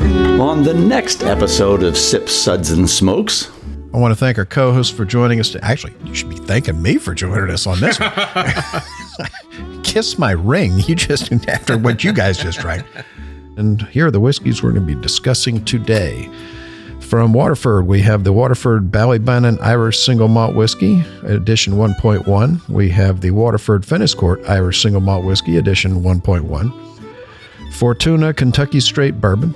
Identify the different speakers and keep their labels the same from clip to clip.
Speaker 1: on the next episode of Sip Suds and Smokes.
Speaker 2: I want to thank our co hosts for joining us. To, actually, you should be thanking me for joining us on this one. Kiss my ring. You just, after what you guys just drank. And here are the whiskeys we're going to be discussing today. From Waterford, we have the Waterford Ballybannon Irish Single Malt Whiskey, Edition 1.1. We have the Waterford Fenniscourt Irish Single Malt Whiskey, Edition 1.1. Fortuna Kentucky Straight Bourbon,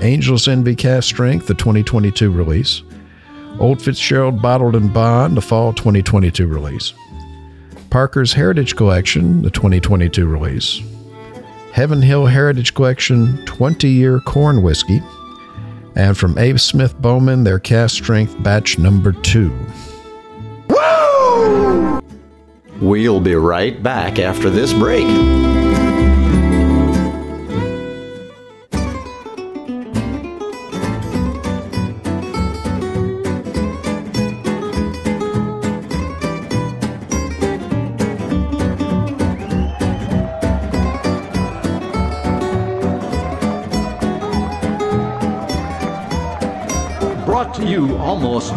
Speaker 2: Angel's Envy Cast Strength, the 2022 release. Old Fitzgerald Bottled and Bond, the fall 2022 release. Parker's Heritage Collection, the 2022 release. Heaven Hill Heritage Collection 20 year corn whiskey. And from Abe Smith Bowman, their cast strength batch number two.
Speaker 1: We'll be right back after this break. Brought to you almost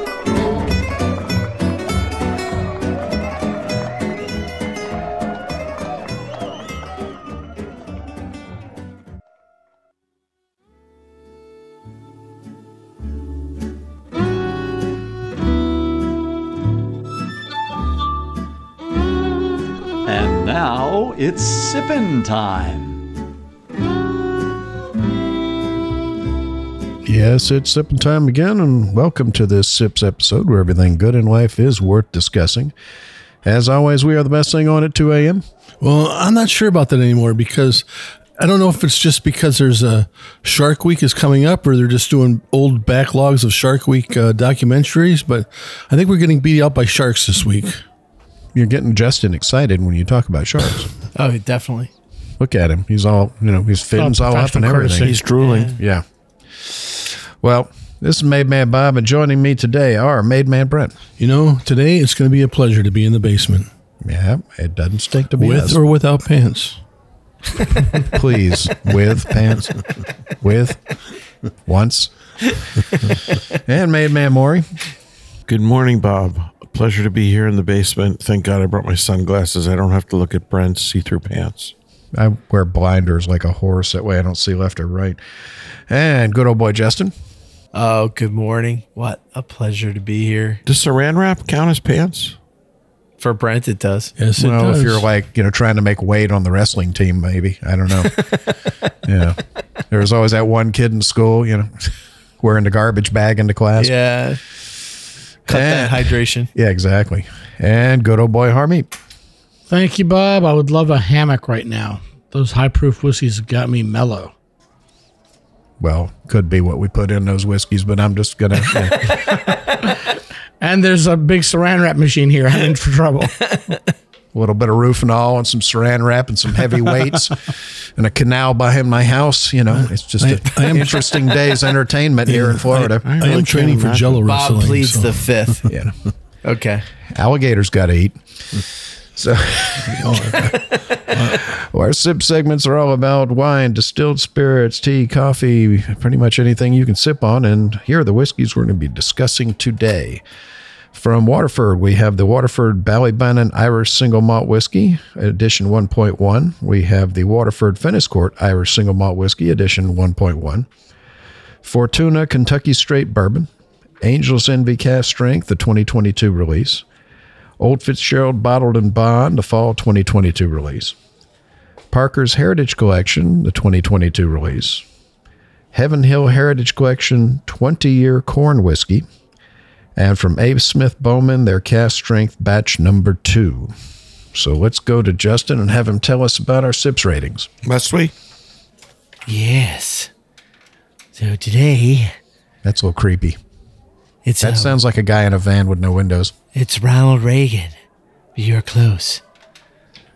Speaker 1: And now it's sippin' time.
Speaker 2: Yes, it's sipping time again, and welcome to this Sips episode where everything good in life is worth discussing. As always, we are the best thing on at 2 a.m.
Speaker 3: Well, I'm not sure about that anymore because I don't know if it's just because there's a Shark Week is coming up or they're just doing old backlogs of Shark Week uh, documentaries, but I think we're getting beat out by sharks this week.
Speaker 2: You're getting Justin excited when you talk about sharks.
Speaker 4: Oh, definitely.
Speaker 2: Look at him. He's all, you know, his fins all up and
Speaker 5: Professional courtesy.
Speaker 2: everything.
Speaker 5: He's drooling.
Speaker 2: Yeah. Well, this is Made Man Bob, and joining me today are Made Man Brent.
Speaker 3: You know, today it's going to be a pleasure to be in the basement
Speaker 2: Yeah, it doesn't stink to be
Speaker 3: with
Speaker 2: us.
Speaker 3: or without pants.
Speaker 2: Please, with pants, with once. and Made Man Maury.
Speaker 5: Good morning, Bob. A pleasure to be here in the basement. Thank God I brought my sunglasses. I don't have to look at Brent's see through pants.
Speaker 2: I wear blinders like a horse. That way I don't see left or right. And good old boy Justin.
Speaker 4: Oh, good morning. What a pleasure to be here.
Speaker 5: Does saran wrap count as pants?
Speaker 4: For Brent, it does.
Speaker 3: Yes, it
Speaker 2: well,
Speaker 3: does.
Speaker 2: if you're like, you know, trying to make weight on the wrestling team, maybe. I don't know. yeah. There was always that one kid in school, you know, wearing the garbage bag into class.
Speaker 4: Yeah. Cut that
Speaker 2: And-
Speaker 4: hydration.
Speaker 2: Yeah, exactly. And good old boy Harmeet.
Speaker 6: Thank you, Bob. I would love a hammock right now. Those high proof whiskeys have got me mellow.
Speaker 2: Well, could be what we put in those whiskeys, but I'm just gonna. yeah.
Speaker 6: And there's a big saran wrap machine here. I'm in for trouble.
Speaker 2: A little bit of roofenol and some saran wrap and some heavy weights and a canal behind my house. You know, it's just an
Speaker 3: I- I am-
Speaker 2: interesting day's entertainment here in Florida.
Speaker 3: I am
Speaker 5: really
Speaker 3: training
Speaker 5: can't
Speaker 3: for
Speaker 5: imagine.
Speaker 3: jello
Speaker 4: Bob
Speaker 3: wrestling.
Speaker 4: pleads
Speaker 3: so-
Speaker 4: the fifth.
Speaker 2: yeah.
Speaker 4: Okay.
Speaker 2: Alligators got to eat. So, our sip segments are all about wine, distilled spirits, tea, coffee, pretty much anything you can sip on. And here are the whiskeys we're going to be discussing today. From Waterford, we have the Waterford Ballybannon Irish Single Malt Whiskey, Edition 1.1. We have the Waterford Fenniscourt Irish Single Malt Whiskey, Edition 1.1. Fortuna Kentucky Straight Bourbon, Angel's Envy Cast Strength, the 2022 release. Old Fitzgerald Bottled and Bond, the fall 2022 release. Parker's Heritage Collection, the 2022 release. Heaven Hill Heritage Collection 20 year corn whiskey. And from Abe Smith Bowman, their cast strength batch number two. So let's go to Justin and have him tell us about our SIPS ratings.
Speaker 5: Must we?
Speaker 4: Yes. So today
Speaker 2: That's a little creepy.
Speaker 4: it's
Speaker 2: That
Speaker 4: um,
Speaker 2: sounds like a guy in a van with no windows.
Speaker 4: it's Ronald Reagan. You're close.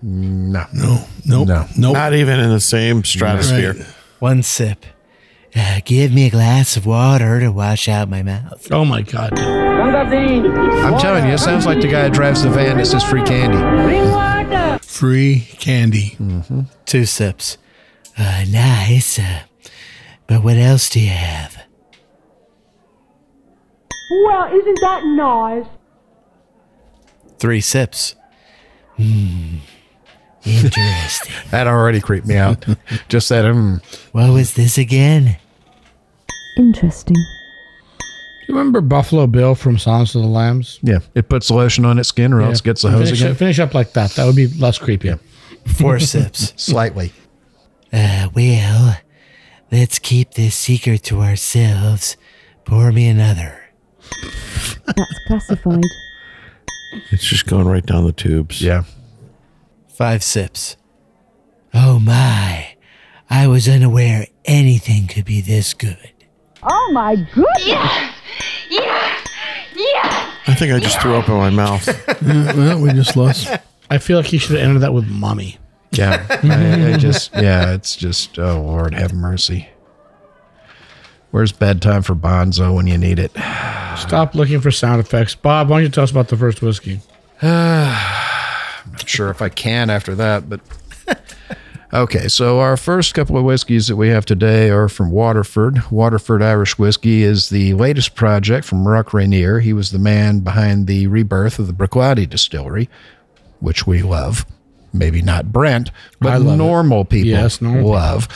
Speaker 2: No.
Speaker 3: No, nope,
Speaker 2: No.
Speaker 3: no, nope.
Speaker 5: Not even in the same stratosphere.
Speaker 3: Right.
Speaker 4: One sip. Uh, give me a glass of water to wash out my mouth.
Speaker 6: oh my God.
Speaker 2: I'm telling you, it sounds like the guy that drives the van that says free candy.
Speaker 3: Free candy.
Speaker 2: Hmm.
Speaker 4: Two sips. Uh, nice. Uh, but what else do you have?
Speaker 7: Well, isn't that nice?
Speaker 4: Three sips. Hmm. Interesting.
Speaker 2: That already creeped me out. Just that, mm.
Speaker 4: what was this again?
Speaker 7: Interesting.
Speaker 6: You remember Buffalo Bill from Silence of the Lambs?
Speaker 2: yeah, it puts lotion on its skin or else gets the hose
Speaker 6: finish,
Speaker 2: again.
Speaker 6: Finish up like that. That would be less creepy.
Speaker 4: Four sips.
Speaker 2: Slightly.
Speaker 4: Uh, well, let's keep this secret to ourselves. Pour me another.
Speaker 7: That's classified.
Speaker 5: It's just going right down the tubes.
Speaker 2: Yeah.
Speaker 4: Five sips. Oh my. I was unaware anything could be this good.
Speaker 7: Oh my goodness!
Speaker 5: I think I just threw up in my mouth.
Speaker 3: well, we just lost.
Speaker 6: I feel like he should have ended that with mommy.
Speaker 2: Yeah. I, I just, yeah, it's just, oh, Lord, have mercy. Where's bedtime for Bonzo when you need it?
Speaker 6: Stop looking for sound effects. Bob, why don't you tell us about the first whiskey?
Speaker 2: sure if I can after that, but okay. So our first couple of whiskeys that we have today are from Waterford. Waterford Irish Whiskey is the latest project from Rock Rainier. He was the man behind the rebirth of the Brickwadi Distillery, which we love. Maybe not Brent,
Speaker 6: I
Speaker 2: but
Speaker 6: love it.
Speaker 2: normal people
Speaker 6: Yes, normal
Speaker 2: love.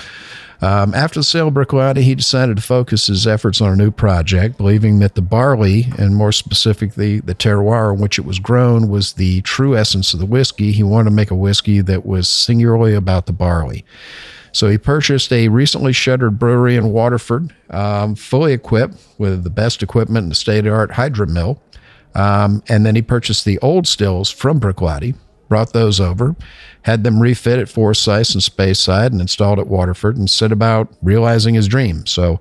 Speaker 2: Um, after the sale of Brickwadi, he decided to focus his efforts on a new project, believing that the barley, and more specifically the terroir in which it was grown, was the true essence of the whiskey. He wanted to make a whiskey that was singularly about the barley. So he purchased a recently shuttered brewery in Waterford, um, fully equipped with the best equipment and the state of the art hydro mill. Um, and then he purchased the old stills from Brickwadi, brought those over, had them refit at Forsyth and Speyside and installed at Waterford and set about realizing his dream. So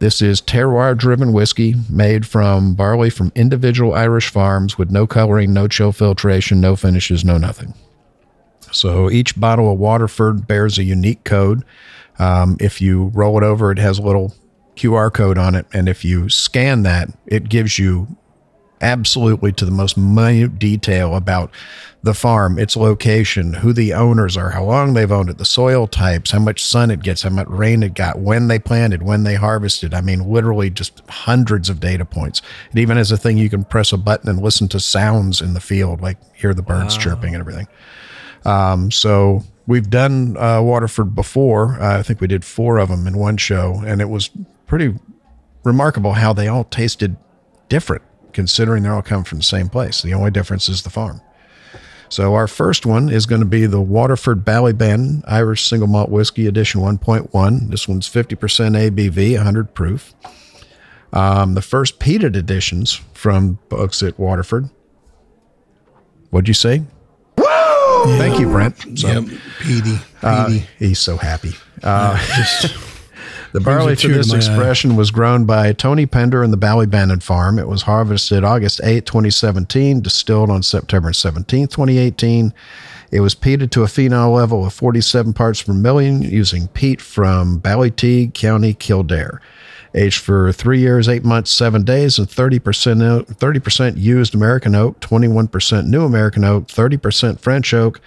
Speaker 2: this is terroir driven whiskey made from barley from individual Irish farms with no coloring, no chill filtration, no finishes, no nothing. So each bottle of Waterford bears a unique code. Um, if you roll it over, it has a little QR code on it. And if you scan that, it gives you absolutely to the most minute detail about the farm, its location, who the owners are, how long they've owned it, the soil types, how much sun it gets, how much rain it got, when they planted, when they harvested. I mean, literally just hundreds of data points. It even has a thing you can press a button and listen to sounds in the field, like hear the birds chirping and everything. Um, So we've done uh, Waterford before. Uh, I think we did four of them in one show, and it was pretty remarkable how they all tasted different, considering they all come from the same place. The only difference is the farm. So our first one is going to be the Waterford Ballybannon Irish Single Malt Whiskey Edition 1.1. This one's 50% ABV, 100 proof. Um, the first peated editions from folks at Waterford. What'd you say? Woo! Thank you, Brent. So-
Speaker 3: Yep. Petey. Petey.
Speaker 2: He's so happy. Uh, the barley
Speaker 3: a
Speaker 2: to
Speaker 3: tear to
Speaker 2: this
Speaker 3: my eye.
Speaker 2: expression was grown by Tony Pender in the Ballybannon farm. It was harvested August 8, 2017, distilled on September 17, 2018. It was peated to a phenol level of 47 parts per million using peat from Ballyteague County, Kildare. Aged for three years, eight months, seven days, and 30%, oak- 30% used American oak, 21% new American oak, 30% French oak,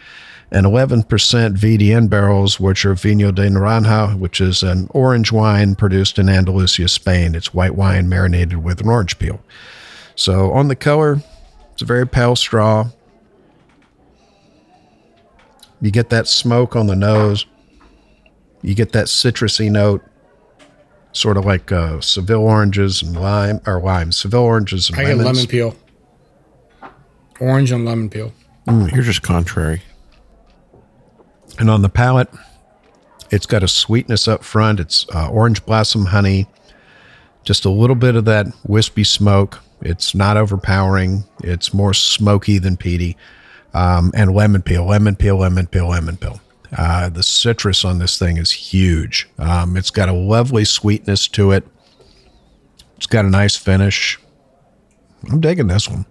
Speaker 2: and 11% VDN barrels, which are Vino de Naranja, which is an orange wine produced in Andalusia, Spain. It's white wine marinated with an orange peel. So on the color, it's a very pale straw. You get that smoke on the nose. You get that citrusy note, sort of like uh, Seville oranges and lime, or lime, Seville oranges and
Speaker 6: I get
Speaker 2: lemons.
Speaker 6: lemon peel. Orange and lemon peel.
Speaker 5: You're just contrary.
Speaker 2: And on the palate, it's got a sweetness up front. It's uh, orange blossom honey, just a little bit of that wispy smoke. It's not overpowering. It's more smoky than peaty. Um, and lemon peel, lemon peel, lemon peel, lemon peel. Uh, the citrus on this thing is huge. Um, it's got a lovely sweetness to it. It's got a nice finish. I'm digging this one.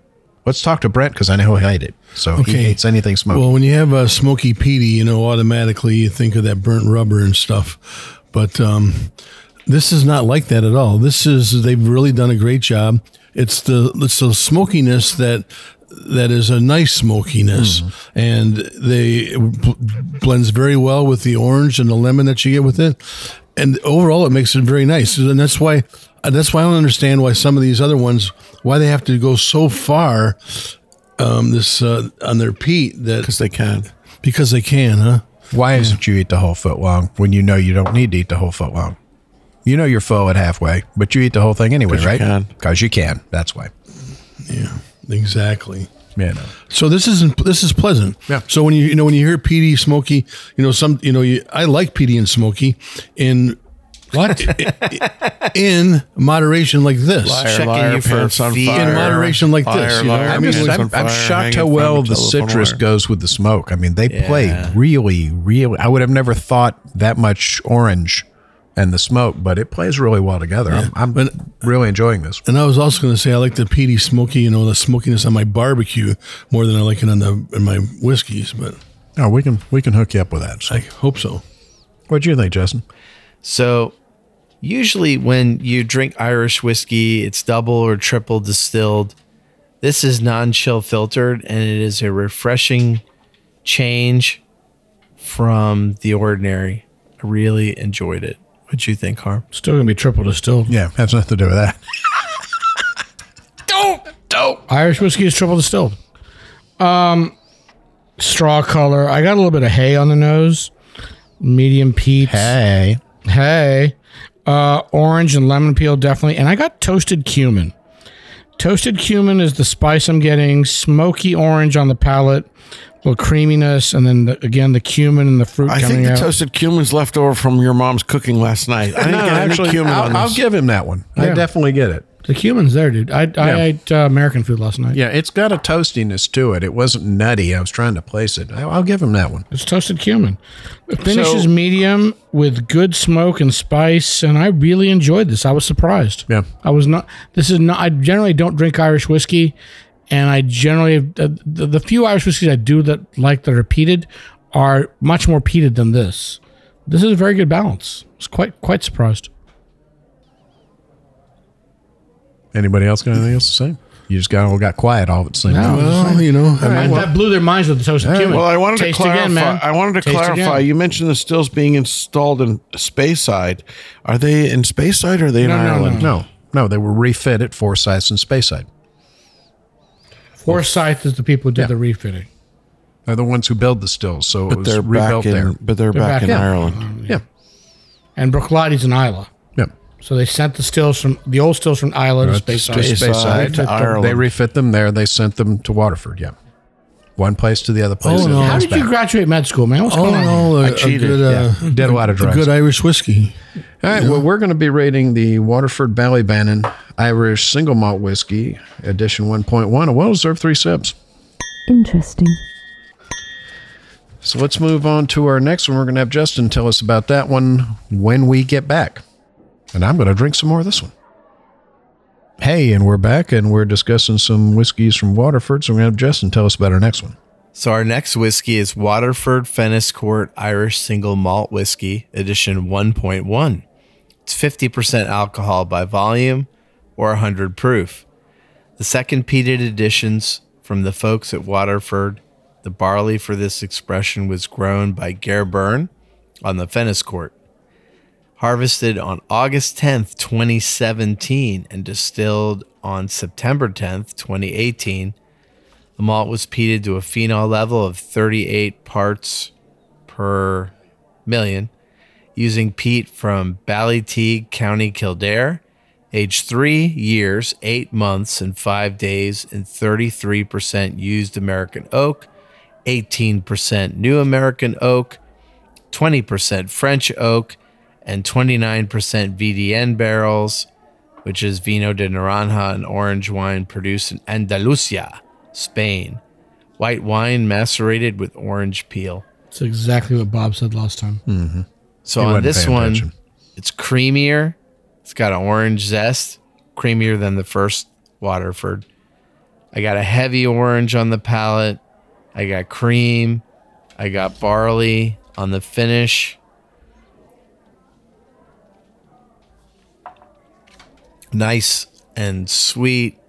Speaker 2: Let's talk to Brent because I know he hates it. So he
Speaker 3: Okay.
Speaker 2: hates anything smoky.
Speaker 3: Well, when you have a smoky peaty, you know, automatically you think of that burnt rubber and stuff. But um, this is not like that at all. This is, they've really done a great job. It's the it's the smokiness that that is a nice smokiness, and they it bl- blends very well with the orange and the lemon that you get with it. And overall, it makes it very nice, and that's why uh, that's why I don't understand why some of these other ones why they have to go so far um, this uh, on their peat that
Speaker 5: because they can.
Speaker 3: because they can, huh?
Speaker 2: Why isn't you eat the whole foot long when you know you don't need to eat the whole foot long? You know you're full at halfway, but you eat the whole thing anyway,
Speaker 5: 'Cause you
Speaker 2: right?
Speaker 5: can.
Speaker 2: Because you can. That's why.
Speaker 3: Exactly.
Speaker 2: You know.
Speaker 3: So this isn't this is pleasant.
Speaker 2: Yeah.
Speaker 3: So when you you know when you hear PD Smoky, you know some you know you, I like PD and Smoky in what in moderation like this.
Speaker 4: Checking you for feet.
Speaker 3: In moderation like this, you know? I
Speaker 2: I'm,
Speaker 3: mean,
Speaker 2: just-
Speaker 3: it's
Speaker 2: I'm- I'm shocked how well the citrus goes with the smoke. I mean, they play really, really. I would have never thought that much orange and the smoke, but it plays really well together. I'm, I'm
Speaker 3: But-
Speaker 2: really enjoying this.
Speaker 3: And I was also going to say I like the PD Smoky, you know, the smokiness on my barbecue more than I like it on the in my whiskeys. But
Speaker 2: No, we can we can hook you up with that.
Speaker 3: I hope so.
Speaker 2: What do you think, Justin?
Speaker 4: So, usually when you drink Irish whiskey, it's double or triple distilled. This is non chill filtered, and it is a refreshing change from the ordinary. I really enjoyed it. What'd you think, Harm?
Speaker 6: Still gonna be triple distilled.
Speaker 2: Yeah, has nothing to do with that.
Speaker 6: Irish whiskey is triple distilled. Um, straw color. I got a little bit of hay on the nose. Medium peat.
Speaker 2: Hey,
Speaker 6: Hey. Uh, orange and lemon peel, definitely. And I got toasted cumin. Toasted cumin is the spice I'm getting. Smoky orange on the palate, little creaminess, and then the, again the cumin and the fruit
Speaker 5: I
Speaker 6: coming
Speaker 5: think the
Speaker 6: out.
Speaker 5: toasted cumin's left over from your mom's cooking last night. I didn't get any cumin
Speaker 2: I'll,
Speaker 5: on this.
Speaker 2: I'll give him that one. I
Speaker 6: Yeah.
Speaker 2: definitely get it.
Speaker 6: the cumin's there, dude. I, I ate uh, American food last night.
Speaker 2: Yeah, it's got a toastiness to it. It wasn't nutty. I was trying to place it. I, I'll give him that one.
Speaker 6: It's toasted cumin. It finishes medium with good smoke and spice, and I really enjoyed this. I was surprised.
Speaker 2: Yeah.
Speaker 6: I was not. This is not. I generally don't drink Irish whiskey, and I generally the, the, the few Irish whiskeys I do that like that are peated are much more peated than this. This is a very good balance. I was quite quite surprised.
Speaker 2: Anybody else got anything else to say? You just got all got quiet all at the same time.
Speaker 3: Well, you know, I mean,
Speaker 6: that blew their minds with the toasted cumin.
Speaker 5: Well, I wanted
Speaker 6: Taste
Speaker 5: to clarify.
Speaker 6: Again, man.
Speaker 5: I wanted to
Speaker 6: Taste
Speaker 5: clarify.
Speaker 6: again.
Speaker 5: You mentioned the stills being installed in Speyside. Are they in Speyside or are they in
Speaker 6: No, no,
Speaker 5: Ireland?
Speaker 2: No, no, they were refit at Forsyths and Speyside.
Speaker 6: Forsyth is the people who did
Speaker 2: Yeah.
Speaker 6: the refitting.
Speaker 2: They're the ones who build the stills, so it
Speaker 5: But
Speaker 2: was
Speaker 5: they're
Speaker 2: rebuilt
Speaker 5: back in.
Speaker 2: there.
Speaker 5: But they're,
Speaker 6: back
Speaker 5: back, in
Speaker 6: in.
Speaker 5: Ireland.
Speaker 2: Yeah,
Speaker 6: And Brookladi's in Isla.
Speaker 2: yeah.
Speaker 6: So they sent the stills from the old stills from Isla to Space
Speaker 2: To
Speaker 6: Island.
Speaker 5: Speyside to
Speaker 2: They refit them-
Speaker 5: Ireland.
Speaker 2: They refit them there. They sent them to Waterford. Yeah, one place to the other place.
Speaker 3: Oh,
Speaker 2: and
Speaker 3: no. Oh,
Speaker 2: it
Speaker 6: How
Speaker 2: goes
Speaker 6: did you
Speaker 2: back.
Speaker 6: graduate med school, man? What's
Speaker 3: all
Speaker 6: going
Speaker 3: in
Speaker 6: on?
Speaker 3: all, a,
Speaker 5: I
Speaker 3: a
Speaker 5: cheated,
Speaker 3: good, uh,
Speaker 2: Yeah. Did a lot of
Speaker 3: a
Speaker 2: drugs.
Speaker 3: good Irish whiskey.
Speaker 2: All right. Well, we're going to be rating the Waterford Ballybannon Irish Single Malt Whiskey Edition 1.1. A well deserved three sips.
Speaker 7: Interesting.
Speaker 2: So let's move on to our next one. We're going to have Justin tell us about that one when we get back. And I'm going to drink some more of this one. Hey, and we're back and we're discussing some whiskeys from Waterford. So we're going to have Justin tell us about our next one.
Speaker 4: So our next whiskey is Waterford Fennis Court Irish Single Malt Whiskey Edition 1.1. It's 50% alcohol by volume or 100 proof. The second peated editions from the folks at Waterford. The barley for this expression was grown by Gare Byrne on the Fennis Court. Harvested on August 10th, 2017 and distilled on September 10th, 2018 the malt was peated to a phenol level of 38 parts per million using peat from Ballyteague, County Kildare, aged three years, eight months, and five days, and 33% used American oak, 18% new American oak, 20% French oak, and 29% VDN barrels, which is Vino de Naranja, an orange wine produced in Andalusia, Spain. White wine macerated with orange peel.
Speaker 6: That's exactly what Bob said last time.
Speaker 4: So
Speaker 2: He
Speaker 4: on
Speaker 2: wasn't
Speaker 4: this
Speaker 2: paying
Speaker 4: one,
Speaker 2: attention.
Speaker 4: it's creamier. It's got an orange zest, creamier than the first Waterford. I got a heavy orange on the palate. I got cream. I got barley on the finish. Nice and sweet.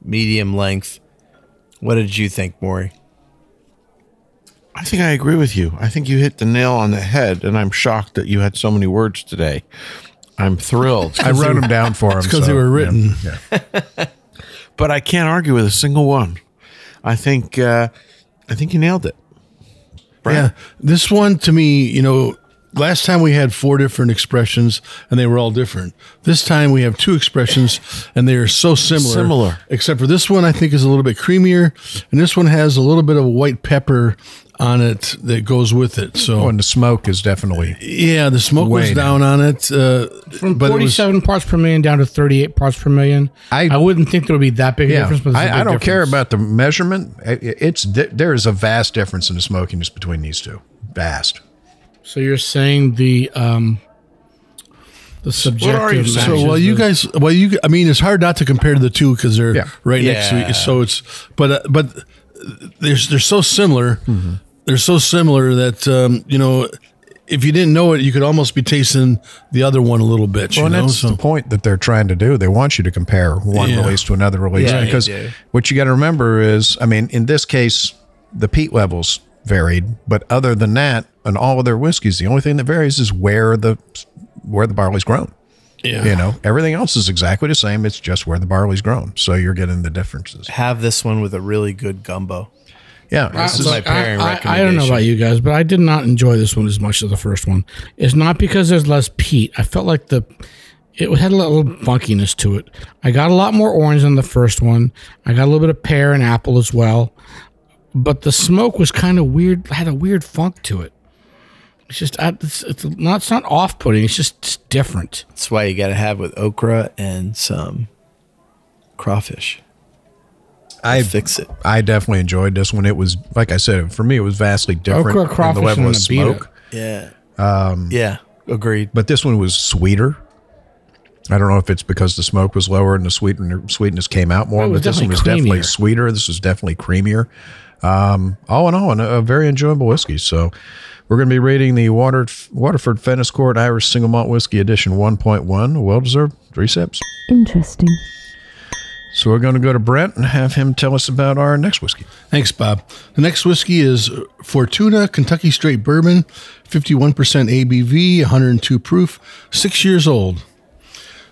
Speaker 4: medium length. What did you think, Maury?
Speaker 5: I think I agree with you. I think you hit the nail on the head, and I'm shocked that you had so many words today. I'm thrilled.
Speaker 2: I wrote them down for him.
Speaker 3: It's because they were written.
Speaker 5: but I can't argue with a single one. I think uh, I think you nailed it.
Speaker 3: Yeah. This one to me, you know, last time we had four different expressions and they were all different. This time we have two expressions and they are so similar.
Speaker 5: Similar.
Speaker 3: Except for this one I think is a little bit creamier and this one has a little bit of white pepper on it that goes with it. So
Speaker 2: Oh, and the smoke is definitely.
Speaker 3: yeah, the smoke was
Speaker 2: Way
Speaker 3: down on it. Uh,
Speaker 6: From
Speaker 3: but it was-
Speaker 6: 47 parts per million down to 38 parts per million.
Speaker 2: I-
Speaker 6: I, wouldn't think there would be that big a
Speaker 2: Yeah,
Speaker 6: difference. But there's a
Speaker 2: I, I
Speaker 6: big
Speaker 2: don't care
Speaker 6: difference.
Speaker 2: about the measurement. I- It's there is a vast difference in the smokiness between these two. Vast.
Speaker 6: So you're saying the um, the subjective. matches
Speaker 3: So while you
Speaker 6: the-
Speaker 3: guys, well, you, I mean, it's hard not to compare the two because they're
Speaker 2: Yeah.
Speaker 3: right next to
Speaker 4: Yeah.
Speaker 3: each. So it's, but uh, but they're they're so similar.
Speaker 2: Mm-hmm.
Speaker 3: They're so similar that um, you know, if you didn't know it, you could almost be tasting the other one a little bit.
Speaker 2: Well,
Speaker 3: you
Speaker 2: and
Speaker 3: know,
Speaker 2: that's the
Speaker 3: so
Speaker 2: point that they're trying to do. They want you to compare one
Speaker 3: Yeah.
Speaker 2: release to another release
Speaker 4: Yeah, they
Speaker 2: because
Speaker 4: do.
Speaker 2: what you got to remember is, I mean, in this case, the peat levels varied, but other than that, on all of their whiskeys, the only thing that varies is where the where the barley's grown.
Speaker 3: yeah,
Speaker 2: You know, everything else is exactly the same. It's just where the barley's grown, so you're getting the differences.
Speaker 4: Have this one with a really good gumbo.
Speaker 2: Yeah,
Speaker 6: Uh, I-
Speaker 2: it's-
Speaker 4: is my
Speaker 6: look,
Speaker 4: pairing
Speaker 6: I, I, I don't know about you guys, but I did not enjoy this one as much as the first one. It's not because there's less peat. I felt like the it had a little funkiness to it. I got a lot more orange than the first one. I got a little bit of pear and apple as well, but the smoke was kind of weird. Had a weird funk to it. It's just I, it's, it's not it's not off putting. It's just it's different.
Speaker 4: That's why you got to have with okra and some crawfish.
Speaker 2: I
Speaker 4: Fix it.
Speaker 2: I definitely enjoyed this one. It was like I said for me, it was vastly different
Speaker 6: Okra,
Speaker 2: in the
Speaker 6: crawfish,
Speaker 2: level
Speaker 6: and
Speaker 2: of
Speaker 6: a
Speaker 2: smoke.
Speaker 4: Yeah. Um, yeah. Agreed.
Speaker 2: but this one was sweeter. I don't know if it's because the smoke was lower and the sweetener, sweetness came out more,
Speaker 6: It was
Speaker 2: but this one was
Speaker 6: definitely
Speaker 2: definitely
Speaker 6: creamier.
Speaker 2: sweeter. This was definitely creamier. Um, all in all, and a, a very enjoyable whiskey. So we're going to be rating the Water, Waterford Fennis Court Irish Single Malt Whiskey Edition 1.1. Well deserved. Three sips.
Speaker 7: Interesting.
Speaker 2: So we're going to go to Brent and have him tell us about our next whiskey.
Speaker 3: Thanks, Bob. The next whiskey is Fortuna Kentucky Straight Bourbon, 51% ABV, 102 proof, six years old.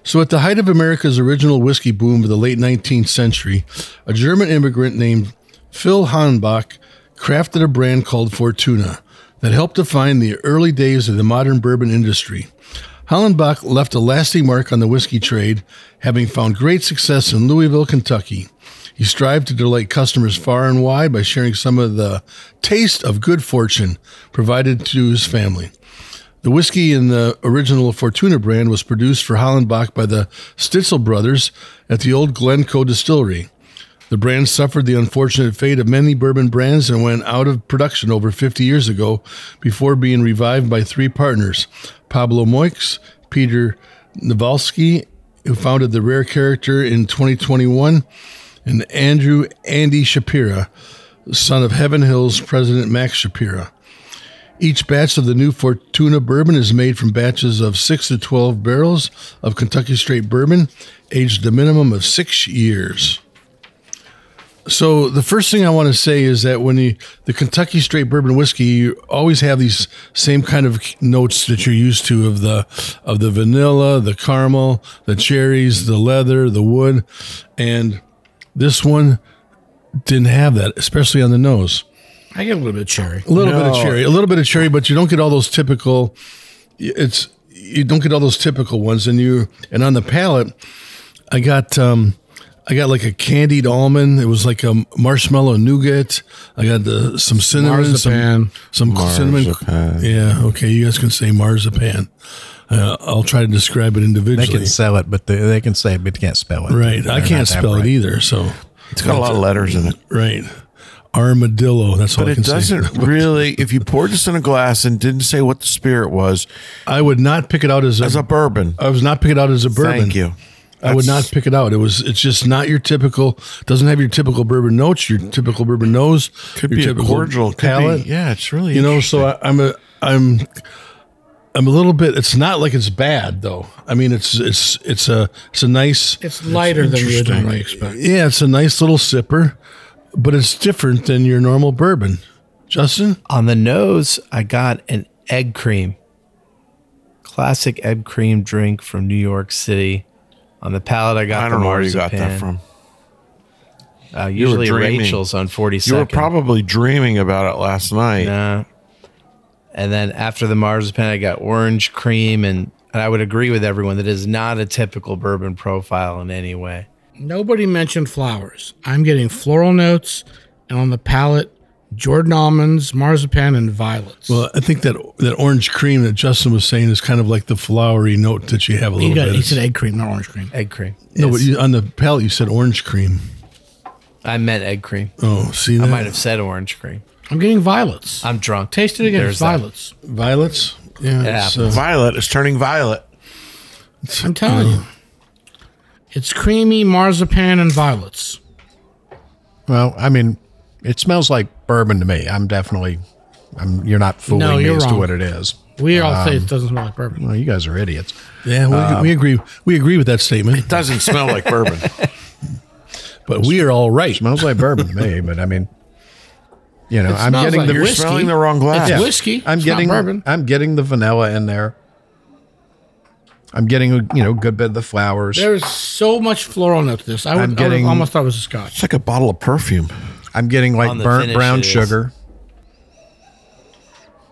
Speaker 3: So, at the height of America's original whiskey boom of the late 19th century, a German immigrant named Phil Hanbach crafted a brand called Fortuna that helped define the early days of the modern bourbon industry. Hollenbach left a lasting mark on the whiskey trade, having found great success in Louisville, Kentucky. He strived to delight customers far and wide by sharing some of the taste of good fortune provided to his family. The whiskey in the original Fortuna brand was produced for Hollenbach by the Stitzel brothers at the old Glencoe distillery. The brand suffered the unfortunate fate of many bourbon brands and went out of production over 50 years ago before being revived by three partners Pablo Moix, Peter Nawalski, who founded the rare character in 2021, and Andrew Andy Shapira, son of Heaven Hills president Max Shapira. Each batch of the new Fortuna bourbon is made from batches of 6 to 12 barrels of Kentucky straight bourbon, aged a minimum of 6 years. So the first thing I want to say is that when you the Kentucky straight bourbon whiskey, you always have these same kind of notes that you're used to of the of the vanilla, the caramel, the cherries, the leather, the wood, and this one didn't have that, especially on the nose.
Speaker 6: I get a little bit of cherry.
Speaker 3: A little bit of cherry, a little bit of cherry, but you don't get all those typical. It's you don't get all those typical ones, and you and on the palate, I got um, I got like a candied almond. It was like a marshmallow nougat. I got the, some cinnamon,
Speaker 6: Marzipan.
Speaker 3: some some cinnamon.
Speaker 5: Marzipan.
Speaker 3: Yeah, okay, you guys can say marzipan. Uh, I'll try to describe it
Speaker 2: They
Speaker 3: individually.
Speaker 2: can sell it, but they, they can say, but they can't spell it.
Speaker 3: right, I
Speaker 2: They're
Speaker 3: can't
Speaker 2: not that
Speaker 3: spell
Speaker 2: bright.
Speaker 3: it either. So
Speaker 5: It's got a lot of letters in it.
Speaker 3: right, armadillo. That's all
Speaker 5: But
Speaker 3: I
Speaker 5: it
Speaker 3: can say.
Speaker 5: doesn't really if you poured this in a glass and didn't say what the spirit was,
Speaker 3: I would not pick it out as a.
Speaker 5: as
Speaker 3: I
Speaker 5: a bourbon.
Speaker 3: was not picking it out as a bourbon.
Speaker 5: Thank you.
Speaker 3: I would not
Speaker 5: That's-
Speaker 3: pick it out. It was. It's just not your typical. Doesn't have your typical bourbon notes. Your typical bourbon nose.
Speaker 5: Could
Speaker 3: your
Speaker 5: be a
Speaker 3: typical
Speaker 5: cordial could be-
Speaker 3: palate.
Speaker 5: yeah, it's really
Speaker 3: You know. So I, I'm a. I'm. I'm a little bit. It's not like it's bad though. I mean, it's it's it's a it's a nice.
Speaker 6: It's lighter than we would
Speaker 3: interesting.
Speaker 6: normally expect.
Speaker 3: Yeah, it's a nice little sipper, but it's different than your normal bourbon. Justin,
Speaker 4: On the nose, I got an egg cream. Classic egg cream drink from New York City. On the palate, I got
Speaker 5: I don't
Speaker 4: the
Speaker 5: know where you
Speaker 4: marzipan.
Speaker 5: got that from.
Speaker 4: Uh, usually
Speaker 5: dreaming.
Speaker 4: Rachel's on 42nd.
Speaker 5: You were probably dreaming about it last night.
Speaker 4: Nah. And then after the marzipan, I got orange cream, and, and I would agree with everyone that is not a typical bourbon profile in any way.
Speaker 6: Nobody mentioned flowers. I'm getting floral notes, and on the palate, Jordan almonds, marzipan, and violets.
Speaker 3: well, I think that that orange cream that Justin was saying is kind of like the flowery note that you have a little
Speaker 6: he, got,
Speaker 3: bit.
Speaker 6: he said egg cream, not orange cream.
Speaker 4: Egg cream.
Speaker 3: no, but
Speaker 4: Yes.
Speaker 3: you, on the palate you said orange cream.
Speaker 4: I meant egg cream.
Speaker 3: Oh, see
Speaker 4: I
Speaker 3: that
Speaker 4: might have said orange cream.
Speaker 6: I'm getting violets.
Speaker 4: I'm drunk.
Speaker 6: Taste it again. It's
Speaker 4: Uh, There's that.
Speaker 6: violets.
Speaker 3: violets. Yeah, it's,
Speaker 4: happens.
Speaker 3: uh,
Speaker 5: Violet is turning violet.
Speaker 3: it's-
Speaker 6: I'm telling you. It's creamy, marzipan, and violets.
Speaker 2: Well, I mean, it smells like bourbon to me. I'm definitely, I'm, you're not fooling
Speaker 6: No,
Speaker 2: me
Speaker 6: you're
Speaker 2: as to
Speaker 6: wrong.
Speaker 2: what it is.
Speaker 6: We all say it doesn't smell like bourbon.
Speaker 2: Well, you guys are idiots.
Speaker 3: Yeah, we,
Speaker 4: Um,
Speaker 3: we agree. We agree with that statement.
Speaker 5: Doesn't smell like bourbon.
Speaker 3: But we are all right.
Speaker 2: Smells like bourbon to me, but I mean, you know, I'm
Speaker 6: smells
Speaker 2: getting
Speaker 6: like
Speaker 2: the
Speaker 5: You're
Speaker 6: Whiskey.
Speaker 5: smelling the wrong glass.
Speaker 6: It's whiskey.
Speaker 2: I'm
Speaker 6: It's not
Speaker 2: getting
Speaker 6: bourbon.
Speaker 2: I'm getting the vanilla in there. I'm getting a you know good bit of the flowers.
Speaker 6: There's so much floral note to this. I would,
Speaker 2: I'm
Speaker 6: I would
Speaker 2: getting-
Speaker 6: almost thought it was a scotch.
Speaker 5: It's like a bottle of perfume.
Speaker 2: I'm getting like
Speaker 4: On the
Speaker 2: burnt
Speaker 4: finish
Speaker 2: brown
Speaker 4: it is.
Speaker 2: sugar.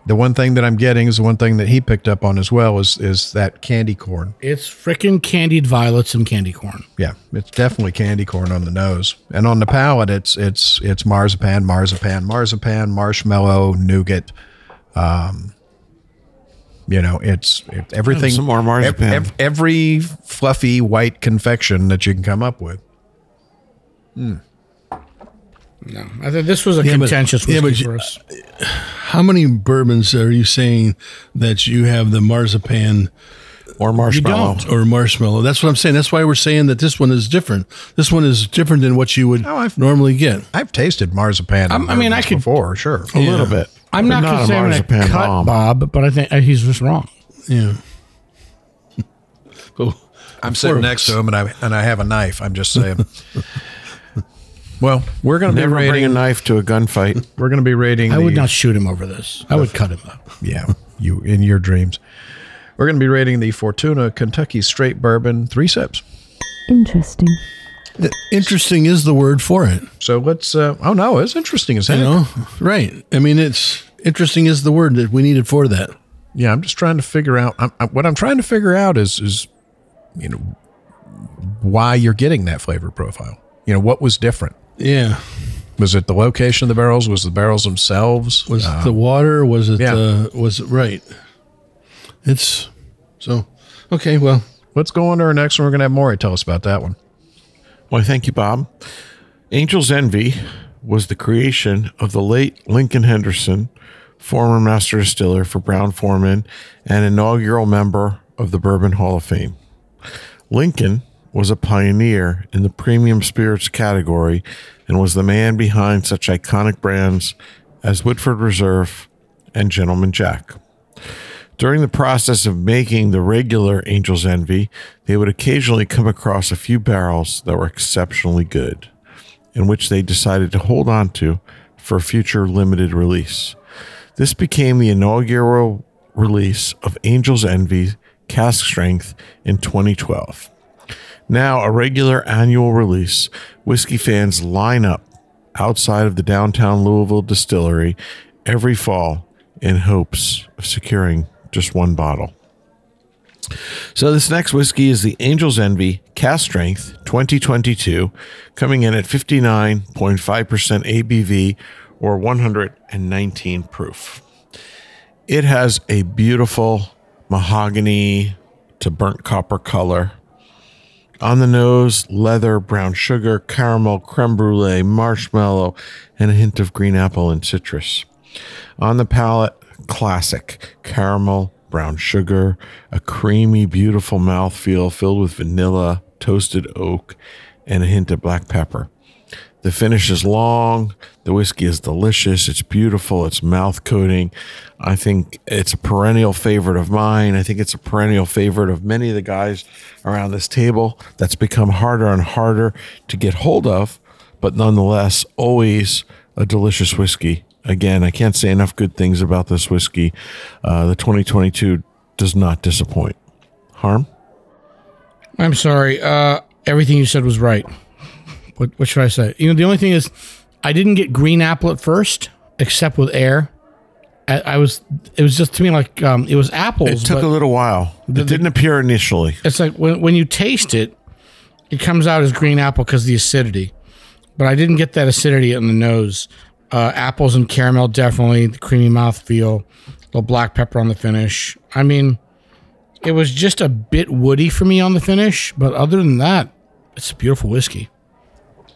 Speaker 2: The one thing that I'm getting is the one thing that he picked up on as well is is that candy corn.
Speaker 6: It's freaking candied violets and candy corn.
Speaker 2: Yeah, it's definitely candy corn on the nose, and on the palate, it's it's it's marzipan, marzipan, marzipan, marshmallow, nougat. Um, you know, it's it, everything.
Speaker 5: some more marzipan.
Speaker 2: ev- every fluffy white confection that you can come up with.
Speaker 6: No, I think this was a
Speaker 3: Yeah, but-
Speaker 6: contentious
Speaker 3: yeah,
Speaker 6: whiskey
Speaker 3: but you-
Speaker 6: for us.
Speaker 3: How many bourbons are you saying that you have the marzipan
Speaker 5: Or marshmallow.
Speaker 3: or marshmallow? That's what I'm saying. That's why we're saying that this one is different. This one is different than what you would
Speaker 2: Oh, I've-
Speaker 3: normally get.
Speaker 2: I've tasted marzipan.
Speaker 6: I'm- I mean, I
Speaker 2: bourbons
Speaker 6: could-
Speaker 2: before sure.
Speaker 5: A little bit.
Speaker 6: I'm
Speaker 5: But
Speaker 6: not,
Speaker 5: a
Speaker 6: considering a
Speaker 5: marzipan
Speaker 6: cut
Speaker 5: bomb.
Speaker 6: Bob, but I think uh, he's just wrong.
Speaker 3: Yeah.
Speaker 2: I'm sitting next to him and I and I have a knife. I'm just saying. well, we're going to be
Speaker 5: Never bring a
Speaker 2: rating.
Speaker 5: knife to a gunfight.
Speaker 2: We're going to be rating.
Speaker 6: I
Speaker 2: the-
Speaker 6: would not shoot him over this. I would cut him up.
Speaker 2: Yeah, you in your dreams. We're going to be rating the Fortuna Kentucky Straight Bourbon three sips.
Speaker 7: Interesting.
Speaker 3: Interesting is the word for it.
Speaker 2: So let's. Uh, oh no, it's interesting as
Speaker 3: You
Speaker 2: hell.
Speaker 3: know? Right. I mean, it's interesting is the word that we needed for that.
Speaker 2: Yeah, I'm just trying to figure out. I'm, I, what I'm trying to figure out is is you know why you're getting that flavor profile. You know what was different.
Speaker 3: Yeah.
Speaker 2: Was it the location of the barrels? Was the barrels themselves?
Speaker 3: Was
Speaker 2: Uh,
Speaker 3: it the water? Was it
Speaker 2: yeah.
Speaker 3: the, was it right? It's so, okay. Well,
Speaker 2: let's go on to our next one. We're going to have Maury tell us about that one.
Speaker 5: Why, thank you, Bob. Angel's Envy was the creation of the late Lincoln Henderson, former master distiller for Brown Foreman and inaugural member of the Bourbon Hall of Fame. Lincoln was a pioneer in the premium spirits category and was the man behind such iconic brands as Woodford Reserve and Gentleman Jack. During the process of making the regular Angel's Envy, they would occasionally come across a few barrels that were exceptionally good, and which they decided to hold on to for future limited release. This became the inaugural release of Angel's Envy Cask Strength in 2012. Now, a regular annual release, whiskey fans line up outside of the downtown Louisville distillery every fall in hopes of securing just one bottle. So, this next whiskey is the Angel's Envy Cast Strength 2022, coming in at 59.5% ABV or 119 proof. It has a beautiful mahogany to burnt copper color. On the nose, leather, brown sugar, caramel, creme brulee, marshmallow, and a hint of green apple and citrus. On the palate, classic caramel, brown sugar, a creamy, beautiful mouthfeel filled with vanilla, toasted oak, and a hint of black pepper. The The finish is long. The whiskey is delicious. It's beautiful. It's mouth coating. I think it's a perennial favorite of mine. I think it's a perennial favorite of many of the guys around this table. That's become harder and harder to get hold of, but nonetheless, always a delicious whiskey. Again, I can't say enough good things about this whiskey. Uh, the 2022 does not disappoint. Harm?
Speaker 6: I'm sorry. Uh, everything you said was right. What, what should I say? You know, the only thing is, I didn't get green apple at first, except with air. I, I was, it was just to me like um, it was apples.
Speaker 5: It took
Speaker 6: but
Speaker 5: a little while. It didn't appear initially.
Speaker 6: it's like when, when you taste it, it comes out as green apple because the acidity. But I didn't get that acidity in the nose. Uh, apples and caramel definitely the creamy mouthfeel, little black pepper on the finish. I mean, it was just a bit woody for me on the finish, but other than that, it's a beautiful whiskey.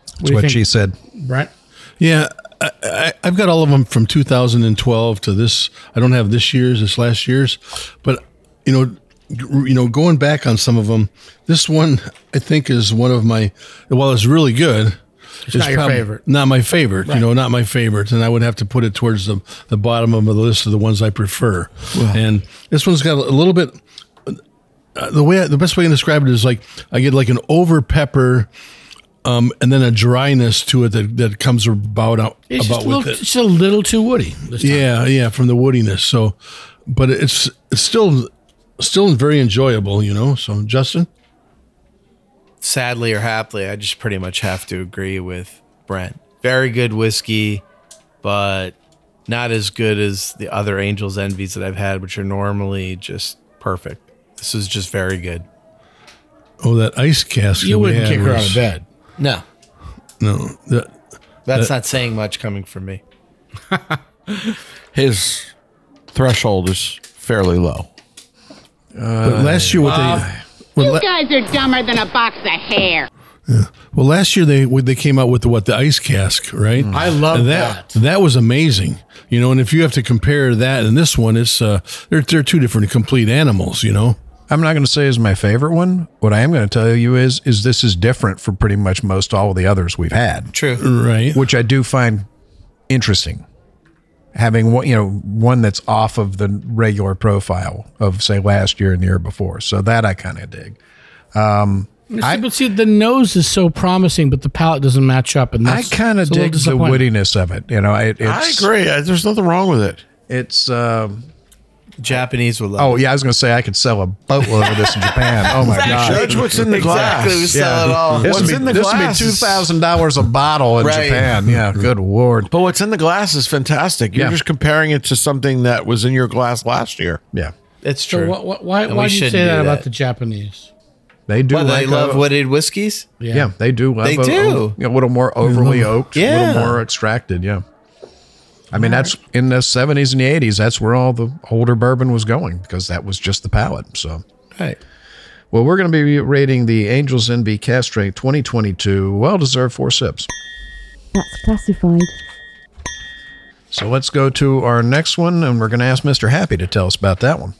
Speaker 2: That's
Speaker 6: do you
Speaker 2: what
Speaker 6: think?
Speaker 2: she said.
Speaker 6: Brent,
Speaker 3: Yeah, I, I, I've got all of them from 2012 to this. I don't have this year's, this last year's, but you know, g- you know, going back on some of them, this one I think is one of my. While it's really good, it's,
Speaker 6: not your favorite.
Speaker 3: Not my favorite. You know, not my favorite, and I would have to put it towards the the bottom of the list of the ones I prefer. and this one's got a little bit. uh, The way I- the best way to describe it is like I get like an over pepper, um, and then a dryness to it that, that comes about out
Speaker 6: it's
Speaker 3: about
Speaker 6: just a, little,
Speaker 3: with it.
Speaker 6: it's a little too woody. This time.
Speaker 3: Yeah, yeah, from the woodiness. So, but it's it's still still very enjoyable, you know. So, Justin,
Speaker 4: sadly or happily, I just pretty much have to agree with Brent. Very good whiskey, but not as good as the other Angels Envies that I've had, which are normally just perfect. This is just very good.
Speaker 3: oh, that ice cask. that
Speaker 6: you
Speaker 3: we
Speaker 6: wouldn't
Speaker 3: had
Speaker 6: kick her out
Speaker 3: was-
Speaker 6: of bed.
Speaker 4: No, Uh,
Speaker 3: No, that,
Speaker 4: that's not saying much coming from me.
Speaker 5: His threshold is fairly low.
Speaker 3: but last year what
Speaker 6: Ah,
Speaker 3: they. Well, la-
Speaker 8: guys are dumber than a box of hair.
Speaker 3: well, last year they what they came out with the, what the ice cask, right?
Speaker 6: Mm. I love
Speaker 3: And
Speaker 6: that.
Speaker 3: That was amazing, you know. And if you have to compare that and this one, it's uh, they're they're two different complete animals, you know.
Speaker 2: I'm not going to say is my favorite one. What I am going to tell you is is this is different from pretty much most all of the others we've had,
Speaker 4: True.
Speaker 3: Right.
Speaker 2: which I do find interesting. Having one, you know, one that's off of the regular profile of say last year and the year before, so that I kind of dig.
Speaker 6: I, but see, the nose is so promising, but the palate doesn't match up. And
Speaker 2: I
Speaker 6: that's,
Speaker 2: kind of
Speaker 6: it's a little
Speaker 2: dig the
Speaker 6: disappointing.
Speaker 2: woodiness of it. You know, it, it's,
Speaker 5: I agree. I, there's nothing wrong with it.
Speaker 2: It's um,
Speaker 4: Japanese would love.
Speaker 2: oh yeah, I was going to say I could sell a boatload of this in Japan. Oh my god.
Speaker 5: Judge what's in the glass.
Speaker 4: Exactly. We sell it all.
Speaker 2: This would
Speaker 5: What's
Speaker 2: be,
Speaker 5: in the
Speaker 2: this would be
Speaker 5: glass?
Speaker 2: two thousand dollars a bottle in
Speaker 4: Right.
Speaker 2: Japan. Yeah, good lord.
Speaker 5: But what's in the glass is fantastic. You're
Speaker 2: Yeah.
Speaker 5: just comparing it to something that was in your glass last year.
Speaker 2: Yeah,
Speaker 4: It's
Speaker 6: So
Speaker 4: true.
Speaker 6: wh- wh- why,
Speaker 4: And
Speaker 6: why
Speaker 4: we
Speaker 6: do you
Speaker 4: shouldn't
Speaker 6: say that,
Speaker 4: do
Speaker 6: about
Speaker 4: that.
Speaker 6: the Japanese?
Speaker 2: they do.
Speaker 4: Well, they
Speaker 2: like
Speaker 4: love
Speaker 2: a,
Speaker 4: wooded whiskeys.
Speaker 2: Yeah. they do love.
Speaker 4: They
Speaker 2: a,
Speaker 4: do.
Speaker 2: A, a little more overly oaked. A
Speaker 4: Yeah.
Speaker 2: little more extracted. Yeah. I mean, that's in the seventies and the eighties. That's where all the older bourbon was going because that was just the palate. So.
Speaker 4: Right.
Speaker 2: Well, we're going to be rating the Angels Envy Cast Strength 2022. Well deserved four sips.
Speaker 7: That's classified.
Speaker 2: So let's go to our next one, and we're going to ask Mr. Happy to tell us about that one.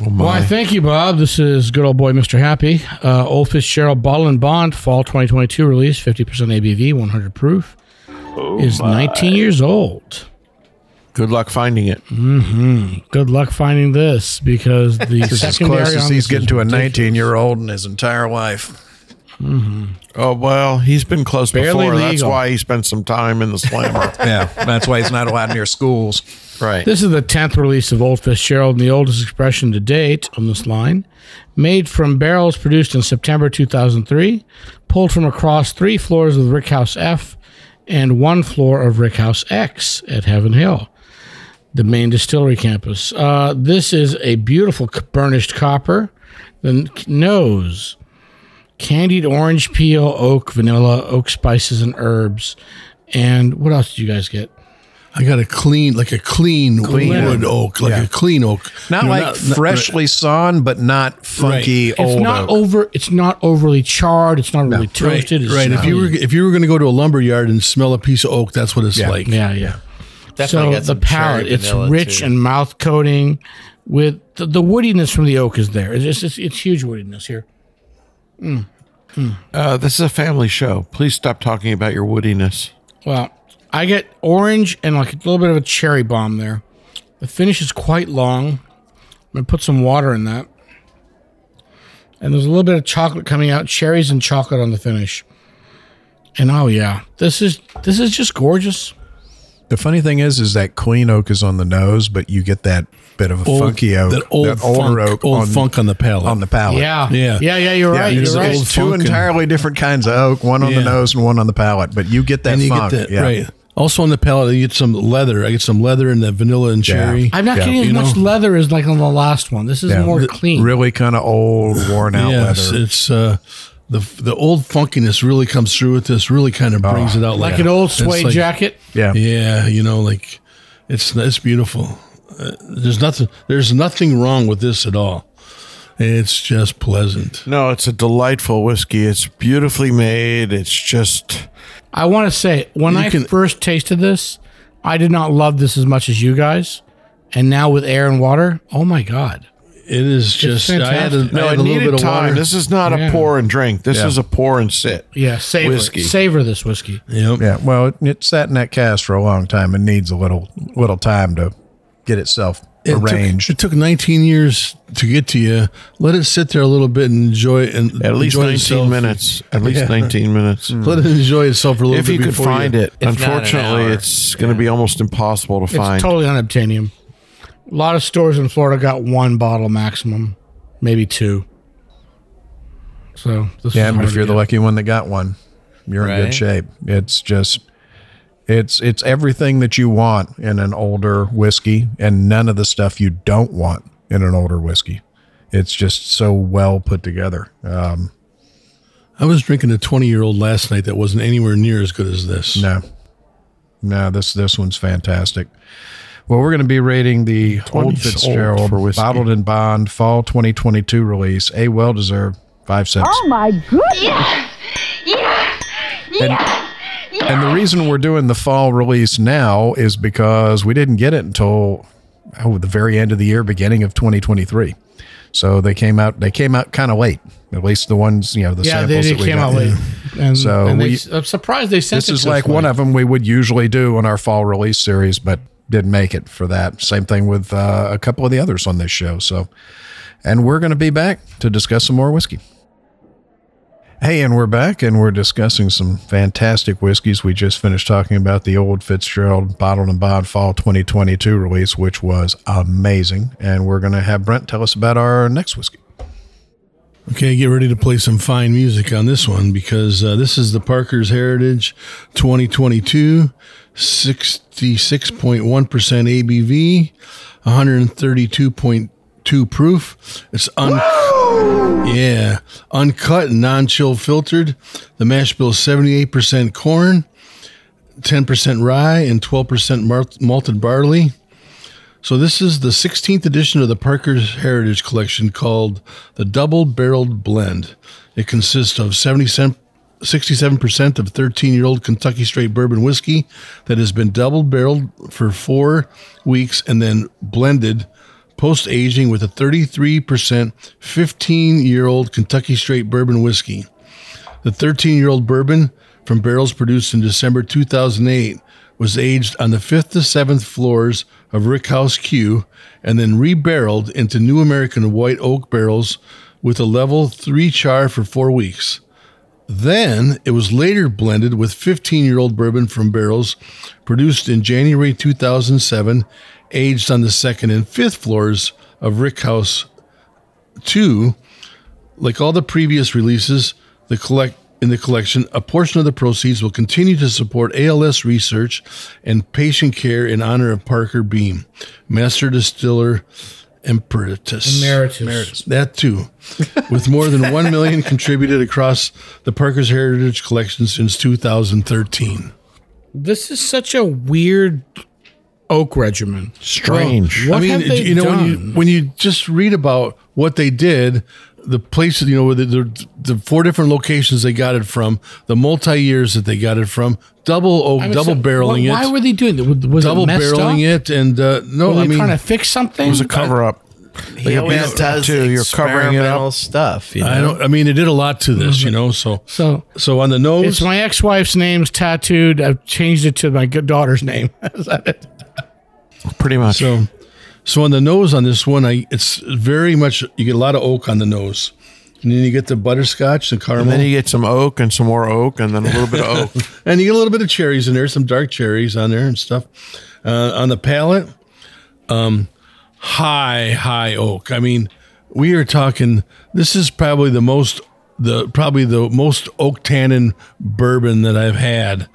Speaker 2: Oh,
Speaker 6: Why, thank you, Bob. This is good old boy Mr. Happy. Uh, Old Fitzgerald Bottle and Bond, Fall 2022 release, 50% ABV, 100 proof.
Speaker 4: Oh,
Speaker 6: is 19 years old. Mm-hmm.
Speaker 5: Good luck finding it.
Speaker 6: Good luck finding this because the
Speaker 2: This is as
Speaker 6: secondary
Speaker 2: close as
Speaker 6: on
Speaker 2: he's
Speaker 6: this
Speaker 2: getting
Speaker 6: is
Speaker 2: to a
Speaker 6: ridiculous.
Speaker 2: 19 year old in his entire life.
Speaker 5: Oh well, he's been close
Speaker 6: Barely
Speaker 5: before. That's
Speaker 6: legal.
Speaker 5: why he spent some time in the slammer.
Speaker 2: Yeah, that's why he's not allowed near schools.
Speaker 5: right.
Speaker 6: This is the 10th release of Old Fitzgerald and the oldest expression to date on this line. Made from barrels produced in September 2003, pulled from across three floors of Rickhouse F and one floor of Rickhouse X at Heaven Hill, the main distillery campus. Uh, this is a beautiful c- burnished copper. The n- nose, candied orange peel, oak, vanilla, oak spices, and herbs. And what else did you guys get?
Speaker 3: I got a clean, like a clean, wood oak, like a clean oak.
Speaker 2: Not
Speaker 3: You know,
Speaker 2: like freshly sawn, but not funky
Speaker 6: it's
Speaker 2: old.
Speaker 6: not
Speaker 2: oak.
Speaker 6: over it's not overly charred it's not really toasted it's
Speaker 3: right. If you were
Speaker 6: clean.
Speaker 3: if you were going to go to a lumber yard and smell a piece of oak, that's what it's like.
Speaker 6: yeah yeah
Speaker 4: Definitely got
Speaker 6: so
Speaker 4: some
Speaker 6: the palate
Speaker 4: cherry
Speaker 6: it's
Speaker 4: vanilla,
Speaker 6: rich
Speaker 4: too.
Speaker 6: and mouth coating with the, the woodiness from the oak is there it's just it's, it's huge woodiness here
Speaker 5: Uh, this is a family show. Please stop talking about your woodiness.
Speaker 6: Well, I get orange and like a little bit of a cherry bomb there. The finish is quite long. I'm gonna put some water in that. And there's a little bit of chocolate coming out, cherries and chocolate on the finish. And oh yeah, this is this is just gorgeous.
Speaker 2: The funny thing is, is that Queen Oak is on the nose, but you get that bit of a
Speaker 3: Old-
Speaker 2: funky oak,
Speaker 3: that old
Speaker 2: older
Speaker 3: funk- old funk on the palate.
Speaker 2: on the palate.
Speaker 6: Yeah,
Speaker 3: Yeah.
Speaker 6: yeah, yeah. You're
Speaker 2: Yeah,
Speaker 6: right.
Speaker 2: it's,
Speaker 6: You're right.
Speaker 2: it's
Speaker 3: old
Speaker 2: two
Speaker 3: funk and-
Speaker 2: entirely different kinds of oak, one on the
Speaker 3: Yeah.
Speaker 2: nose and one on the palate, but you get that
Speaker 3: and you
Speaker 2: funk.
Speaker 3: get that
Speaker 2: yeah.
Speaker 3: right. Also on the palate, you get some leather. I get some leather and the vanilla and cherry.
Speaker 6: I'm not
Speaker 2: Yeah,
Speaker 6: getting as
Speaker 3: you
Speaker 6: much
Speaker 3: know.
Speaker 6: leather as like on the last one. This is
Speaker 2: Yeah.
Speaker 6: more
Speaker 2: Th-
Speaker 6: clean.
Speaker 2: Really kind of old, worn out
Speaker 3: yes,
Speaker 2: leather.
Speaker 3: it's uh, the the old funkiness really comes through with this. Really kind of brings
Speaker 5: Oh,
Speaker 3: it out
Speaker 6: like
Speaker 3: later.
Speaker 6: an old
Speaker 3: It's
Speaker 6: suede
Speaker 3: like-
Speaker 6: jacket.
Speaker 2: yeah.
Speaker 3: Yeah, you know, like it's it's beautiful. Uh, there's nothing there's nothing wrong with this at all. It's just pleasant.
Speaker 5: No, it's a delightful whiskey. It's beautifully made. It's just
Speaker 6: I want to say when
Speaker 3: You
Speaker 6: I
Speaker 3: can-
Speaker 6: first tasted this, I did not love this as much as you guys. And now with air and water, oh my god,
Speaker 3: It is just. I had a,
Speaker 6: fantastic.
Speaker 5: no.
Speaker 3: I had
Speaker 5: It
Speaker 3: a little
Speaker 5: needed
Speaker 3: bit of
Speaker 5: time.
Speaker 3: water.
Speaker 5: This is not
Speaker 6: Yeah.
Speaker 5: a pour and drink. This is a pour and sit.
Speaker 6: yeah, savor
Speaker 5: Whiskey.
Speaker 6: it. savor this whiskey.
Speaker 3: Yep.
Speaker 2: Yeah. Well, it, it sat in that cast for a long time and needs a little little time to get itself
Speaker 3: It took-
Speaker 2: arranged.
Speaker 3: it took 19 years to get to you. Let it sit there a little bit and enjoy it. And
Speaker 5: At least
Speaker 3: enjoy
Speaker 5: 19
Speaker 3: itself.
Speaker 5: minutes. At least 19 minutes.
Speaker 3: Let it enjoy itself for a little
Speaker 5: If
Speaker 3: bit.
Speaker 5: you could
Speaker 3: before
Speaker 5: find it.
Speaker 4: If not an
Speaker 5: Unfortunately,
Speaker 4: hour.
Speaker 5: it's going to be almost impossible to find.
Speaker 6: It's totally unobtainium. A lot of stores in Florida got one bottle maximum, maybe two. So this
Speaker 2: Yeah,
Speaker 6: is
Speaker 2: and
Speaker 6: hard
Speaker 2: if
Speaker 6: to
Speaker 2: you're the
Speaker 6: get.
Speaker 2: lucky one that got one, you're in
Speaker 4: Right.
Speaker 2: good shape. It's just it's it's everything that you want in an older whiskey and none of the stuff you don't want in an older whiskey. It's just so well put together. Um,
Speaker 3: I was drinking a 20 year old last night that wasn't anywhere near as good as this.
Speaker 2: no. No, this this one's fantastic. Well, we're going to be rating the Old
Speaker 5: 20s old
Speaker 2: Fitzgerald
Speaker 5: for whiskey.
Speaker 2: Bottled and Bond Fall 2022 release, a well-deserved 5 cents.
Speaker 7: Oh my goodness!
Speaker 2: And the reason we're doing the fall release now is because we didn't get it until oh, the very end of the year, beginning of 2023. So they came out. They came out kind of late. At least the ones you know the
Speaker 6: yeah, they,
Speaker 2: samples
Speaker 6: they
Speaker 2: that we
Speaker 6: came
Speaker 2: got.
Speaker 6: out late. And,
Speaker 2: So
Speaker 6: and
Speaker 2: we-
Speaker 6: they, I'm surprised they sent
Speaker 2: This
Speaker 6: it
Speaker 2: is
Speaker 6: to us
Speaker 2: like one
Speaker 6: late.
Speaker 2: of them we would usually do on our fall release series, but didn't make it for that. Same thing with uh, a couple of the others on this show. So, and we're going to be back to discuss some more whiskey. Hey, and we're back, and we're discussing some fantastic whiskeys. We just finished talking about the old Fitzgerald Bottled and Bond Fall 2022 release, which was amazing. And we're going to have Brent tell us about our next whiskey.
Speaker 3: Okay, get ready to play some fine music on this one because uh, this is the Parker's Heritage 2022, 66.1% ABV, 132.2 proof. It's un- yeah, uncut and non-chill filtered. The mash bill is 78% corn, 10% rye, and 12% mar- malted barley. So this is the 16th edition of the Parker's Heritage Collection called the Double Barreled Blend. It consists of 77 67% of 13-year-old Kentucky Straight Bourbon whiskey that has been double barreled for 4 weeks and then blended post-aging with a 33% 15-year-old Kentucky Straight Bourbon whiskey. The 13 year old bourbon from barrels produced in December 2008 was aged on the fifth to seventh floors of Rickhouse Q and then rebarreled into new American white oak barrels with a level 3 char for four weeks. Then it was later blended with 15 year old bourbon from barrels produced in January 2007, aged on the second and fifth floors of Rickhouse 2 like all the previous releases, the collect in the collection, a portion of the proceeds will continue to support ALS research and patient care in honor of Parker Beam, Master Distiller Emeritus.
Speaker 6: Emeritus.
Speaker 3: That too. With more than 1 million contributed across the Parker's Heritage Collection since 2013.
Speaker 6: This is such a weird oak regimen.
Speaker 5: Strange.
Speaker 6: What
Speaker 3: I mean,
Speaker 6: have they
Speaker 3: you know, when
Speaker 6: done?
Speaker 3: you when you just read about what they did, the places, you know, the, the the four different locations they got it from, the multi years that they got it from, double oak,
Speaker 6: I mean,
Speaker 3: double
Speaker 6: so
Speaker 3: barreling
Speaker 6: why,
Speaker 3: it,
Speaker 6: Why were they doing that? Was, was
Speaker 3: double
Speaker 6: it messed
Speaker 3: barreling
Speaker 6: up?
Speaker 3: it, and uh, no,
Speaker 6: Were they
Speaker 3: I mean,
Speaker 6: trying to fix something?
Speaker 5: It was a cover up.
Speaker 4: He always does
Speaker 5: too, you're covering it
Speaker 4: experimental
Speaker 5: up.
Speaker 4: stuff. You know?
Speaker 3: I don't. I mean, it did a lot to this, you know. So,
Speaker 6: So
Speaker 3: so on the nose,
Speaker 6: it's my ex-wife's name's tattooed. I've changed it to my good daughter's name. Is that it?
Speaker 5: Pretty much.
Speaker 3: So, so on the nose on this one, I it's very much you get a lot of oak on the nose, and then you get the butterscotch, the caramel,
Speaker 5: and then you get some oak and some more oak and then a little bit of oak.
Speaker 3: get a little bit of cherries in there, some dark cherries on there and stuff. Uh, on the palate, um, high high oak. I mean, we are talking. This is probably the most the probably the most oak tannin bourbon that I've had.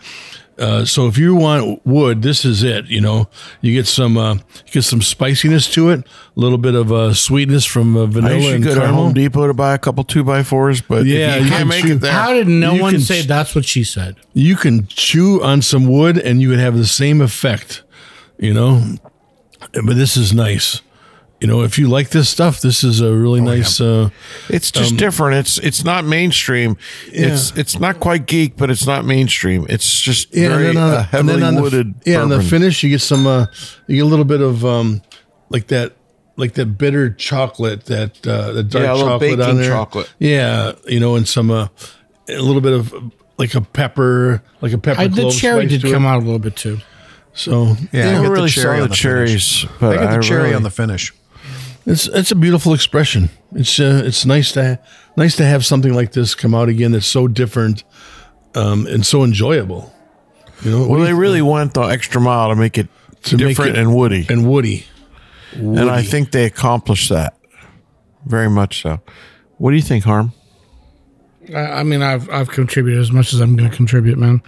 Speaker 3: Uh, so if you want wood, this is it. You know, you get some uh, you get some spiciness to it, a little bit of uh, sweetness from uh,
Speaker 5: I
Speaker 3: vanilla
Speaker 5: usually
Speaker 3: and
Speaker 5: go to Home
Speaker 3: caramel.
Speaker 5: Depot to buy a couple two by fours, but
Speaker 3: Yeah,
Speaker 5: yeah, you
Speaker 3: you can
Speaker 5: can't make
Speaker 3: choose-
Speaker 5: it there.
Speaker 6: How did no
Speaker 3: You
Speaker 6: one
Speaker 3: can
Speaker 6: say
Speaker 3: s-
Speaker 6: that's what she said?
Speaker 3: You can chew on some wood, and you would have the same effect. You know, but this is nice. You know, if you like this stuff, this is a
Speaker 5: Oh,
Speaker 3: really nice. Uh,
Speaker 5: It's just different. It's it's not mainstream. It's it's not quite geek, but it's not mainstream. It's just
Speaker 3: yeah,
Speaker 5: very
Speaker 3: and then on,
Speaker 5: uh,
Speaker 3: the- and
Speaker 5: heavily
Speaker 3: then on
Speaker 5: wooded.
Speaker 3: The, yeah, on the
Speaker 5: bourbon.
Speaker 3: finish, you get some. Uh, you get a little bit of um, like that, like that bitter chocolate, that uh, the dark
Speaker 5: Yeah, a little
Speaker 3: chocolate on
Speaker 5: baking
Speaker 3: there.
Speaker 5: chocolate.
Speaker 3: Yeah, you know, and some uh, a little bit of uh, like a pepper, like a pepper.
Speaker 6: I, the
Speaker 3: clove
Speaker 6: cherry
Speaker 3: spice
Speaker 6: did
Speaker 3: to it.
Speaker 6: come out a little bit too.
Speaker 3: So
Speaker 2: Yeah, I
Speaker 5: I
Speaker 2: get
Speaker 5: really
Speaker 2: the cherry
Speaker 5: saw
Speaker 2: on
Speaker 5: the,
Speaker 2: the finish.
Speaker 5: cherries, but
Speaker 2: I got the cherry
Speaker 5: really-
Speaker 2: on the finish.
Speaker 3: It's it's a beautiful expression. It's uh, it's nice to nice to have something like this come out again that's so different um, and so enjoyable. You know,
Speaker 5: Well,
Speaker 3: we-
Speaker 5: they really went the extra mile to make it
Speaker 3: To make
Speaker 5: different
Speaker 3: it-
Speaker 5: and woody,
Speaker 3: and Woody.
Speaker 5: and I think they accomplished that very much. So, what do you think, Harm?
Speaker 6: I, I mean, I've I've contributed as much as I'm going to contribute, man.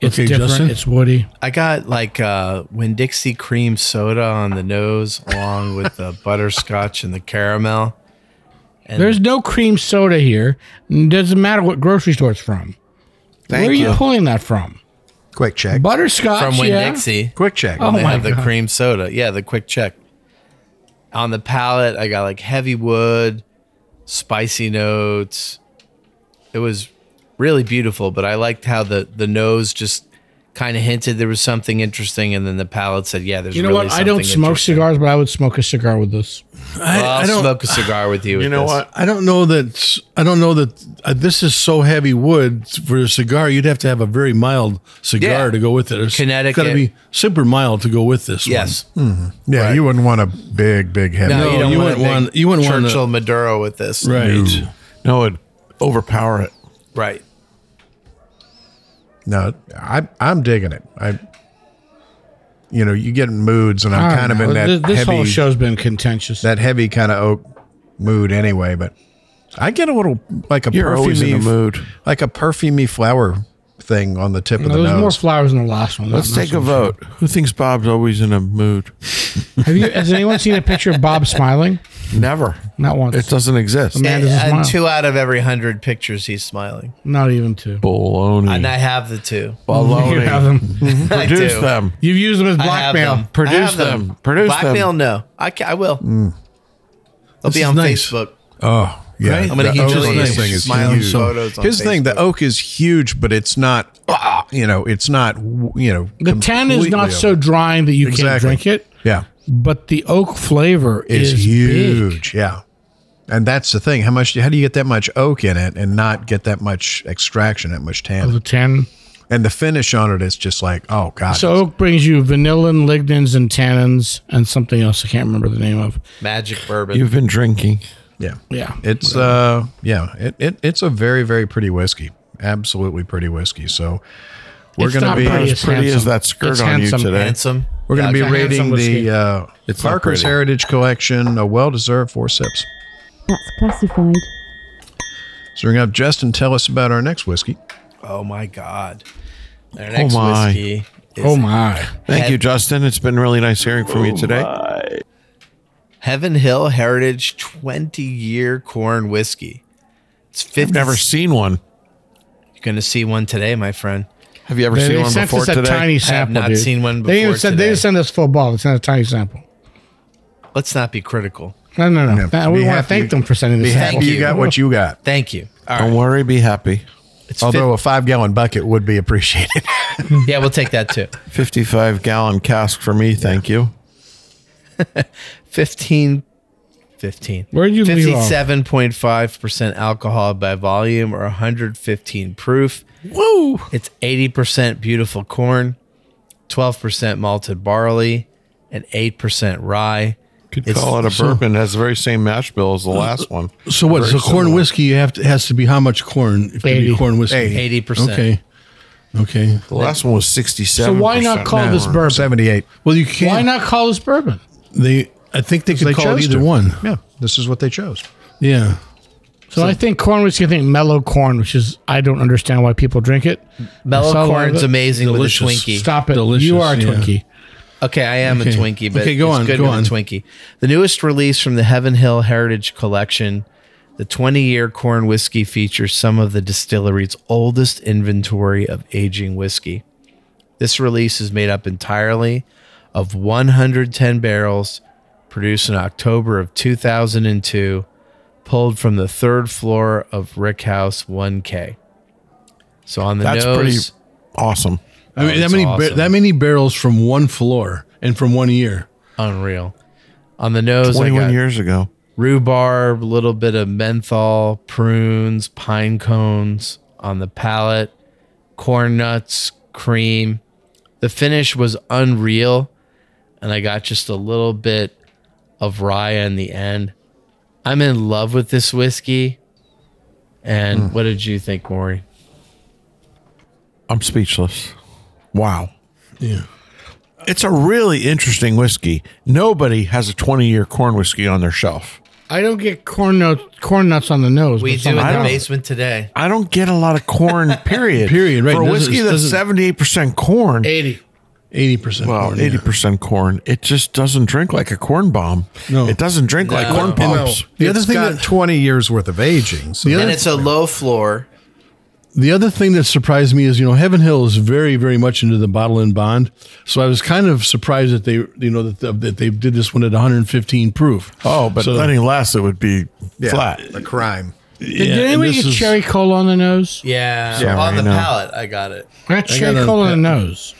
Speaker 6: It's
Speaker 3: Okay,
Speaker 6: different.
Speaker 3: Justin?
Speaker 6: It's woody.
Speaker 4: I got like uh Winn Dixie cream soda on the nose, along with the butterscotch and the caramel. And
Speaker 6: There's no cream soda here. Doesn't matter what grocery store it's from. Where are you pulling that from?
Speaker 2: Quick check.
Speaker 6: Butterscotch.
Speaker 4: from Winn
Speaker 6: yeah.
Speaker 4: Dixie.
Speaker 2: Quick check.
Speaker 6: Oh
Speaker 4: they
Speaker 6: my
Speaker 4: have the
Speaker 6: God.
Speaker 4: cream soda. Yeah, the quick check. On the palate, I got like heavy wood, spicy notes. It was really beautiful, but I liked how the the nose just kind of hinted there was something interesting, and then the palate said, "Yeah, there's."
Speaker 6: You know
Speaker 4: really
Speaker 6: what? I don't
Speaker 4: something
Speaker 6: smoke
Speaker 4: interesting."
Speaker 6: cigars, but I would smoke a cigar with this.
Speaker 3: I,
Speaker 4: Well, I'll
Speaker 3: I don't
Speaker 4: smoke a cigar with you.
Speaker 5: You
Speaker 4: with
Speaker 5: know
Speaker 4: this.
Speaker 5: what?
Speaker 3: I don't know that I don't know that uh, this is so heavy wood for a cigar. You'd have to have a very mild cigar
Speaker 4: Yeah.
Speaker 3: to go with it. It's
Speaker 4: Connecticut.
Speaker 3: got to be super mild to go with this. one.
Speaker 4: Yes.
Speaker 6: Oh,
Speaker 2: Yeah, you wouldn't want a big, big head.
Speaker 4: No, you, don't want,
Speaker 3: you wouldn't
Speaker 4: want
Speaker 3: want- you wouldn't want a-
Speaker 4: Churchill Maduro with this.
Speaker 3: right.
Speaker 5: No, it overpower it.
Speaker 4: Right.
Speaker 2: No, I, I'm digging it. I, you know, you get in moods, and I'm
Speaker 6: I
Speaker 2: kind of
Speaker 6: don't
Speaker 2: in
Speaker 6: know.
Speaker 2: that
Speaker 6: Th- this
Speaker 2: heavy,
Speaker 6: whole show's been contentious.
Speaker 2: that heavy kind of oak mood anyway. But I get a little like a
Speaker 5: You're always in the
Speaker 2: perfumey-
Speaker 5: mood.
Speaker 2: like a perfumey flower thing on the tip of
Speaker 6: No,
Speaker 2: the
Speaker 6: there's more
Speaker 2: nose.
Speaker 6: flowers in the last one.
Speaker 5: Let's
Speaker 6: Not- not
Speaker 5: take
Speaker 6: so
Speaker 5: a
Speaker 6: much.
Speaker 5: vote. Who thinks Bob's always in a mood?
Speaker 6: Have you? Has anyone seen a picture of Bob smiling?
Speaker 5: Never.
Speaker 6: Not once.
Speaker 5: It doesn't exist.
Speaker 6: Man,
Speaker 4: And,
Speaker 6: does he smile?
Speaker 4: and uh, two out of every hundred pictures, he's smiling.
Speaker 6: Not even two.
Speaker 4: And I
Speaker 5: Baloney.
Speaker 4: have the two.
Speaker 5: Baloney.
Speaker 6: You have them.
Speaker 4: I
Speaker 5: Produce
Speaker 4: do.
Speaker 5: them.
Speaker 6: You've used them as
Speaker 4: I have
Speaker 6: blackmail.
Speaker 4: them.
Speaker 5: Produce
Speaker 4: I have
Speaker 5: them. Produce
Speaker 4: Blackmail,
Speaker 5: them.
Speaker 4: no. I, ca- I will. I'll be
Speaker 3: is
Speaker 4: on
Speaker 3: nice.
Speaker 4: Facebook.
Speaker 2: Oh, yeah.
Speaker 3: Right?
Speaker 4: I'm going
Speaker 2: The
Speaker 4: to
Speaker 2: oak
Speaker 4: keep
Speaker 2: on
Speaker 4: Julie
Speaker 2: this
Speaker 4: thing
Speaker 2: thing is
Speaker 4: smiling
Speaker 2: huge.
Speaker 4: photos on
Speaker 2: His thing, the
Speaker 4: Facebook.
Speaker 2: oak is huge, but it's not. ah, You know, it's not. You know,
Speaker 6: The tan is
Speaker 2: completely
Speaker 6: not
Speaker 2: oak.
Speaker 6: so drying that you can't
Speaker 2: Exactly.
Speaker 6: drink it,
Speaker 2: Yeah,
Speaker 6: but the oak flavor
Speaker 2: it's
Speaker 6: is, huge.
Speaker 2: huge. Yeah, and that's the thing. How much? How do you get that much oak in it and not get that much extraction, that much
Speaker 6: Of
Speaker 2: tannin?
Speaker 6: the tan.
Speaker 2: and the finish on it is just like, oh god.
Speaker 6: So oak brings you vanilla, lignans, and tannins, and something else I can't remember the name of.
Speaker 4: Magic bourbon.
Speaker 5: You've been drinking.
Speaker 2: yeah,
Speaker 6: Yeah.
Speaker 2: It's uh, yeah. It, it it's a very very pretty whiskey. Absolutely pretty whiskey. So we're
Speaker 6: It's
Speaker 2: gonna
Speaker 6: not
Speaker 2: be
Speaker 6: pretty,
Speaker 5: as
Speaker 6: It's
Speaker 5: pretty as
Speaker 6: handsome.
Speaker 5: that skirt
Speaker 6: It's
Speaker 5: on
Speaker 6: handsome.
Speaker 5: you today.
Speaker 4: Handsome.
Speaker 2: we're gonna
Speaker 4: Yeah,
Speaker 2: be
Speaker 4: it's a handsome
Speaker 2: rating
Speaker 4: whiskey.
Speaker 2: the uh,
Speaker 5: It's not
Speaker 2: Parker's
Speaker 5: pretty.
Speaker 2: Heritage Collection a well deserved four sips.
Speaker 7: That's classified.
Speaker 2: So we're gonna have Justin tell us about our next whiskey.
Speaker 4: Oh, my God. Our next
Speaker 5: my.
Speaker 4: whiskey is
Speaker 6: Oh my!
Speaker 5: Thank you,
Speaker 4: Head-
Speaker 5: Justin. It's been really nice hearing from you today.
Speaker 4: Heaven Hill Heritage 20 year corn whiskey. It's 50.
Speaker 5: Never seen one.
Speaker 4: You're going to see one today, my friend.
Speaker 5: Have you ever
Speaker 6: They,
Speaker 5: seen
Speaker 6: they
Speaker 5: one
Speaker 6: sent
Speaker 5: before
Speaker 6: us a
Speaker 5: today?
Speaker 6: tiny
Speaker 4: have
Speaker 6: sample.
Speaker 4: not
Speaker 6: dude.
Speaker 4: seen one
Speaker 6: They even
Speaker 4: before
Speaker 6: said they
Speaker 4: today.
Speaker 6: didn't send us full bottle. They sent a tiny sample.
Speaker 4: Let's not be critical.
Speaker 6: No, no, no.
Speaker 2: Yeah, be
Speaker 6: we want to
Speaker 2: happy-
Speaker 6: thank them for sending this.
Speaker 2: Be
Speaker 6: sample.
Speaker 2: happy you
Speaker 4: you.
Speaker 2: got what you got.
Speaker 4: Thank you. All right.
Speaker 5: Don't worry, be happy.
Speaker 4: It's
Speaker 2: Although a five gallon bucket would be appreciated.
Speaker 4: fif- yeah, we'll take that too.
Speaker 5: 55 gallon cask for me. Thank you.
Speaker 4: 15 15.
Speaker 6: Where did you leave off?
Speaker 4: 57.5% alcohol by volume or 115 proof.
Speaker 3: Whoa.
Speaker 4: It's 80% beautiful corn, 12% malted barley, and 8% rye.
Speaker 5: Could
Speaker 4: It's-
Speaker 5: call it a bourbon. It has the very same mash bill as the last one.
Speaker 3: So what?
Speaker 5: Very
Speaker 3: So corn
Speaker 5: similar.
Speaker 3: whiskey you have to, has to be how much corn? If you
Speaker 6: Eighty.
Speaker 3: do corn whiskey,
Speaker 4: 80%.
Speaker 3: Okay, okay.
Speaker 5: The last one was sixty-seven.
Speaker 6: So why not call this bourbon?
Speaker 2: 78.
Speaker 3: Well, you
Speaker 6: Why
Speaker 3: can't.
Speaker 6: not call this bourbon?
Speaker 3: They. I think they could
Speaker 2: They
Speaker 3: call it
Speaker 2: chose
Speaker 3: either
Speaker 2: to.
Speaker 3: one.
Speaker 2: Yeah, this is what they chose.
Speaker 3: Yeah.
Speaker 6: So, I think corn whiskey. I think mellow corn, which is I don't understand why people drink it. I
Speaker 4: Mellow
Speaker 6: saw a lot of
Speaker 4: corn's
Speaker 6: it.
Speaker 4: amazing
Speaker 3: Delicious.
Speaker 4: with a Twinkie.
Speaker 6: Stop it!
Speaker 3: Delicious,
Speaker 6: you are a
Speaker 3: yeah.
Speaker 6: Twinkie.
Speaker 4: Okay, I am
Speaker 3: Okay.
Speaker 4: a Twinkie, but
Speaker 3: Okay, go
Speaker 4: it's
Speaker 3: on,
Speaker 4: good
Speaker 3: go
Speaker 4: with
Speaker 3: on.
Speaker 4: a Twinkie. The newest release from the Heaven Hill Heritage Collection, the 20-year corn whiskey features some of the distillery's oldest inventory of aging whiskey. This release is made up entirely of 110 barrels produced in October of 2002, pulled from the third floor of Rick House 1K. So on the
Speaker 5: That's
Speaker 4: nose,
Speaker 5: pretty awesome.
Speaker 3: I mean,
Speaker 4: Oh,
Speaker 3: that
Speaker 4: it's
Speaker 3: many ba-
Speaker 4: awesome.
Speaker 3: that many barrels from one floor and from one year.
Speaker 4: unreal. On the nose, I
Speaker 5: Twenty-one
Speaker 4: got
Speaker 5: years ago.
Speaker 4: rhubarb, a little bit of menthol, prunes, pine cones on the palate, corn nuts, cream. The finish was unreal, and I got just a little bit of rye in the end. I'm in love with this whiskey. And what did you think, Maury?
Speaker 5: I'm speechless. Wow.
Speaker 3: Yeah.
Speaker 5: It's a really interesting whiskey. Nobody has a 20 year corn whiskey on their shelf.
Speaker 6: I don't get corn nuts. Corn nuts on the nose. but some-
Speaker 5: I don't-
Speaker 4: basement today.
Speaker 5: I don't get a lot of corn, period.
Speaker 3: Period, right.
Speaker 5: For a
Speaker 3: Doesn't-
Speaker 5: whiskey that's
Speaker 3: doesn't-
Speaker 5: 78% corn,
Speaker 6: eighty.
Speaker 3: Eighty percent.
Speaker 5: well, 80% corn, it just doesn't drink like a corn bomb.
Speaker 3: No.
Speaker 5: It doesn't drink like corn pops.
Speaker 3: The other
Speaker 2: It's
Speaker 3: thing
Speaker 2: got
Speaker 3: that
Speaker 2: 20 years worth of aging. So
Speaker 3: The other-
Speaker 4: And it's a low floor.
Speaker 3: The other thing that surprised me is, you know, Heaven Hill is very, very much into the bottle and bond. So I was kind of surprised that they, you know, that, that they did this one at 115 proof.
Speaker 5: Oh, but
Speaker 3: So-
Speaker 5: any less, it would be
Speaker 2: yeah,
Speaker 5: flat.
Speaker 2: The crime.
Speaker 3: Yeah,
Speaker 6: Did anybody
Speaker 3: and
Speaker 6: get
Speaker 3: this is-
Speaker 6: cherry cola on the nose?
Speaker 4: Yeah.
Speaker 5: on the
Speaker 4: palate, I got it.
Speaker 6: I got cherry
Speaker 3: got a-
Speaker 6: cola on the nose.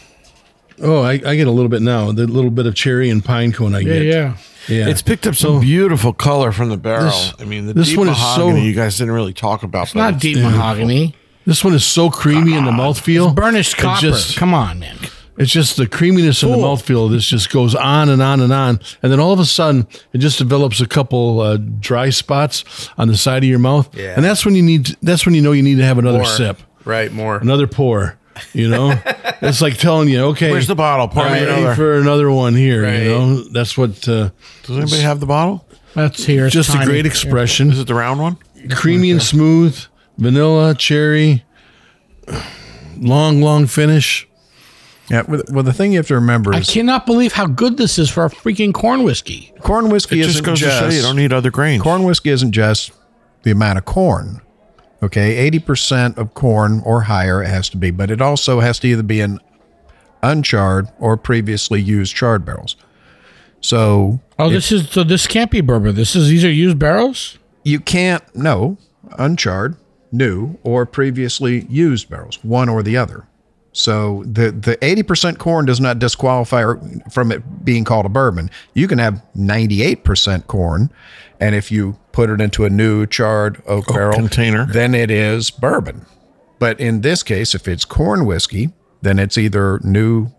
Speaker 3: Oh, I, I get a little bit now. The little bit of cherry and pine cone I
Speaker 6: Yeah,
Speaker 3: get.
Speaker 6: yeah.
Speaker 3: yeah.
Speaker 5: It's picked up some beautiful color from the barrel.
Speaker 3: This-
Speaker 5: I mean, the
Speaker 3: this
Speaker 5: deep
Speaker 3: one is so-
Speaker 5: mahogany you guys didn't really talk about.
Speaker 6: It's not deep mahogany.
Speaker 3: This one is so creamy in the mouthfeel.
Speaker 6: Ah, Burnished
Speaker 3: It
Speaker 6: copper.
Speaker 3: just-
Speaker 6: Come on, man.
Speaker 3: It's just the creaminess in the mouthfeel. This just goes on and on and on. And then all of a sudden, it just develops a couple uh, dry spots on the side of your mouth.
Speaker 4: Yeah.
Speaker 3: And that's when you need. That's when you know you need to have another sip,
Speaker 4: Right, more.
Speaker 3: another pour. You know, it's like telling you, okay,
Speaker 5: Where's the bottle? Pour me
Speaker 3: I'm ready
Speaker 5: another.
Speaker 3: for another one here.
Speaker 4: Right.
Speaker 3: You know, that's what. Uh,
Speaker 5: Does anybody have the bottle?
Speaker 6: That's here. It's
Speaker 3: just a
Speaker 6: tiny.
Speaker 3: great expression,
Speaker 5: Is it the round one?
Speaker 3: creamy and smooth, vanilla, cherry, long, long finish.
Speaker 2: Yeah. Well, the- well, the thing you have to remember
Speaker 6: I
Speaker 2: is
Speaker 6: cannot believe how good this is for a freaking corn whiskey.
Speaker 2: corn whiskey
Speaker 5: It
Speaker 2: isn't
Speaker 5: just goes to show you don't need other grains.
Speaker 2: corn whiskey isn't just the amount of corn. Okay, 80% of corn or higher it has to be, but it also has to either be in uncharred or previously used charred barrels. So
Speaker 6: Oh, this is so. This can't be bourbon. This is these are used barrels.
Speaker 2: you can't, no, uncharred, new, or previously used barrels, one or the other. So the, the 80% corn does not disqualify her from it being called a bourbon. You can have 98% corn, and if you put it into a new charred oak barrel
Speaker 5: container.
Speaker 2: then it is bourbon. But in this case, if it's corn whiskey, then it's either new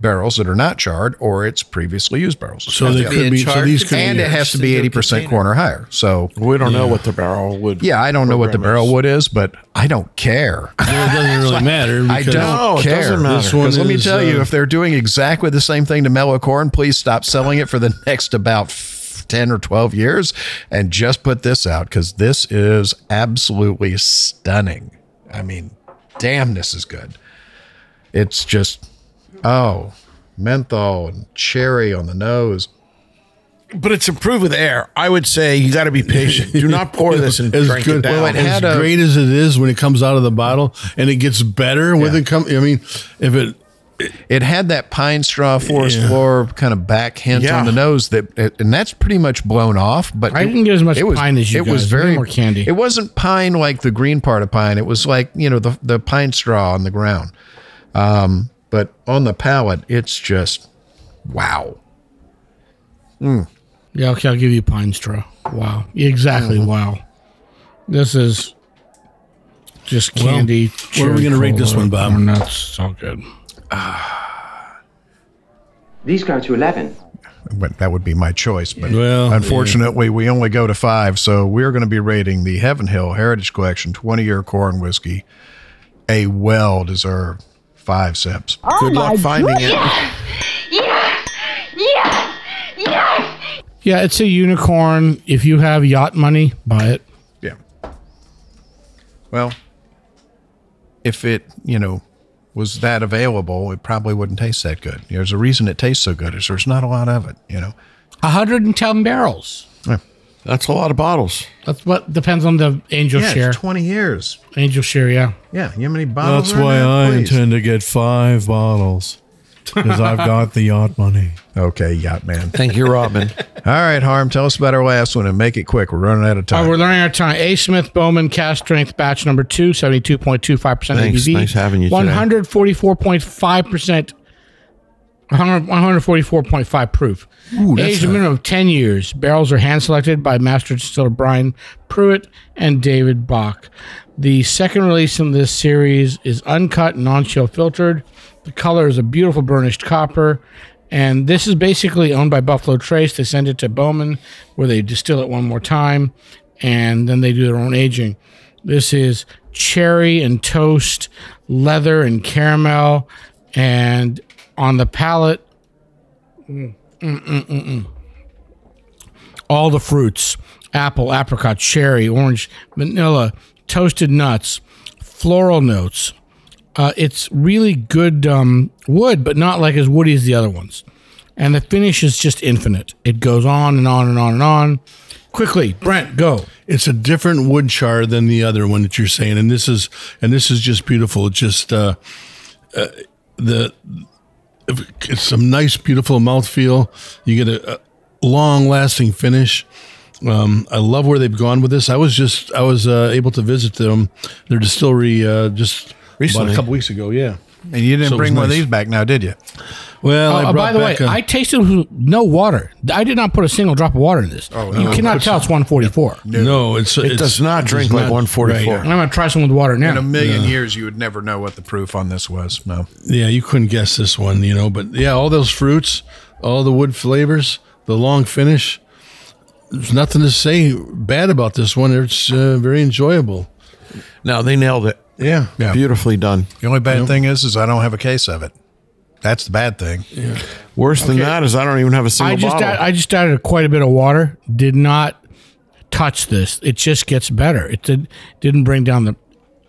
Speaker 2: barrels that are not charred or it's previously used barrels.
Speaker 3: So they
Speaker 4: to be
Speaker 3: could
Speaker 4: in
Speaker 3: be. So
Speaker 4: charge.
Speaker 3: these could
Speaker 2: and
Speaker 3: be.
Speaker 2: it has to
Speaker 4: Just
Speaker 2: be
Speaker 4: into a
Speaker 2: 80%
Speaker 4: container.
Speaker 2: corn or higher. So
Speaker 5: We don't know what the barrel would.
Speaker 2: yeah, I don't know what the
Speaker 5: program
Speaker 2: barrel
Speaker 5: is.
Speaker 2: wood is, but I don't care.
Speaker 3: Well, it doesn't really matter.
Speaker 2: I
Speaker 3: because-
Speaker 2: don't
Speaker 5: No, it
Speaker 2: care.
Speaker 5: doesn't matter.
Speaker 2: This one
Speaker 3: 'Cause
Speaker 2: let me
Speaker 3: is,
Speaker 2: tell you,
Speaker 3: uh,
Speaker 2: if they're doing exactly the same thing to mellow corn, please stop selling it for the next about f- ten or twelve years, and just put this out because this is absolutely stunning. I mean, damn, this is good. It's just oh, menthol and cherry on the nose.
Speaker 5: But it's improved with air. I would say you got to be patient. Do not pour this and
Speaker 3: as
Speaker 5: drink it
Speaker 3: good.
Speaker 5: down.
Speaker 2: Well, it
Speaker 3: as
Speaker 2: had a-
Speaker 3: great as it is when it comes out of the bottle, and it gets better with it come. I mean, if it
Speaker 2: It had that pine straw forest
Speaker 3: Yeah.
Speaker 2: floor kind of back hint
Speaker 5: Yeah.
Speaker 2: on the nose that, it, and that's pretty much blown off. But
Speaker 6: I didn't get as much
Speaker 2: it was,
Speaker 6: pine as you
Speaker 2: It was
Speaker 6: guys. I had
Speaker 2: very
Speaker 6: more candy.
Speaker 2: It wasn't pine like the green part of pine. It was like you know the the pine straw on the ground. Um, but on the palate, it's just wow.
Speaker 6: Yeah, okay, I'll give you pine straw. Mm-hmm. Wow. Exactly. Wow. This is just
Speaker 3: Well,
Speaker 6: candy.
Speaker 3: where are we
Speaker 6: cherry
Speaker 3: gonna rate this
Speaker 6: cola,
Speaker 3: one, Bob?
Speaker 6: And that's so good.
Speaker 9: These go to 11.
Speaker 2: But that would be my choice. But
Speaker 3: Well,
Speaker 2: unfortunately, we only go to five. So we're going to be rating the Heaven Hill Heritage Collection 20 year corn whiskey a well deserved five sips.
Speaker 5: Good luck finding it.
Speaker 6: Yeah, it's a unicorn. If you have yacht money, buy it.
Speaker 2: Yeah. Well, if it, you know, was that available, it probably wouldn't taste that good. There's a reason it tastes so good is there's not a lot of it, you know.
Speaker 6: 110 barrels.
Speaker 5: That's a lot of bottles.
Speaker 6: That's what depends on the angel
Speaker 2: Yeah,
Speaker 6: share.
Speaker 2: it's 20 years.
Speaker 6: angel share, yeah.
Speaker 2: Yeah, you know how many bottles
Speaker 3: That's
Speaker 2: are in
Speaker 3: why
Speaker 2: that?
Speaker 3: I
Speaker 2: Please.
Speaker 3: intend to get five bottles because I've got the yacht money.
Speaker 2: Okay, yacht man.
Speaker 5: Thank you, Robin.
Speaker 2: All right, Harm, tell us about our last one and make it quick. We're running out of
Speaker 6: All
Speaker 2: time.
Speaker 6: right, Uh, we're learning our time. A. Smith Bowman cast strength batch number two, 72.25%
Speaker 5: Thanks.
Speaker 6: ABV.
Speaker 5: Nice having you today.
Speaker 6: 144.5%, 100 144.5 proof. Age minimum of 10 years. Barrels are hand selected by master distiller Brian Pruitt and David Bach. The second release in this series is uncut, non chill filtered. The color is a beautiful burnished copper. And this is basically owned by Buffalo Trace. They send it to Bowman where they distill it one more time and then they do their own aging. This is cherry and toast, leather and caramel, and on the palate, Mm. all the fruits apple, apricot, cherry, orange, vanilla, toasted nuts, floral notes. Uh, it's really good um, wood, but not like as woody as the other ones. And the finish is just infinite. It goes on and on and on and on. Quickly, Brent, go.
Speaker 3: It's a different wood char than the other one that you're saying, and this is and this is just beautiful. It's just uh, uh, the it's some nice, beautiful mouthfeel. You get a, a long-lasting finish. Um, I love where they've gone with this. I was just I was uh, able to visit them, their distillery, uh, just about
Speaker 5: Recently.
Speaker 3: a couple weeks ago. Yeah.
Speaker 2: and you didn't
Speaker 3: So it was
Speaker 2: bring one of
Speaker 3: nice.
Speaker 2: these back now, did you?
Speaker 3: Well,
Speaker 6: Oh,
Speaker 3: I
Speaker 6: uh,
Speaker 3: brought
Speaker 6: by the way,
Speaker 3: back a-
Speaker 6: I tasted with no water. I did not put a single drop of water in this.
Speaker 3: Oh,
Speaker 6: you cannot tell it's 144.
Speaker 3: no, it's
Speaker 5: It
Speaker 3: it's-
Speaker 5: does not drink like
Speaker 3: not-
Speaker 5: 144.
Speaker 6: I'm going to try some with water
Speaker 2: In a
Speaker 6: now.
Speaker 2: million years, you would never know what the proof on this was. No.
Speaker 3: Yeah, you couldn't guess this one, you know. But yeah, all those fruits, all the wood flavors, the long finish. There's nothing to say bad about this one. It's uh, very enjoyable.
Speaker 5: No, they nailed it.
Speaker 3: Yeah.
Speaker 5: Beautifully done.
Speaker 2: The only bad thing is, is I don't have a case of it. That's the bad thing.
Speaker 5: Worse than that is I don't even have a single
Speaker 6: I just
Speaker 5: bottle.
Speaker 6: add, I just added quite a bit of water. Did not touch this. It just gets better. It did didn't bring down the.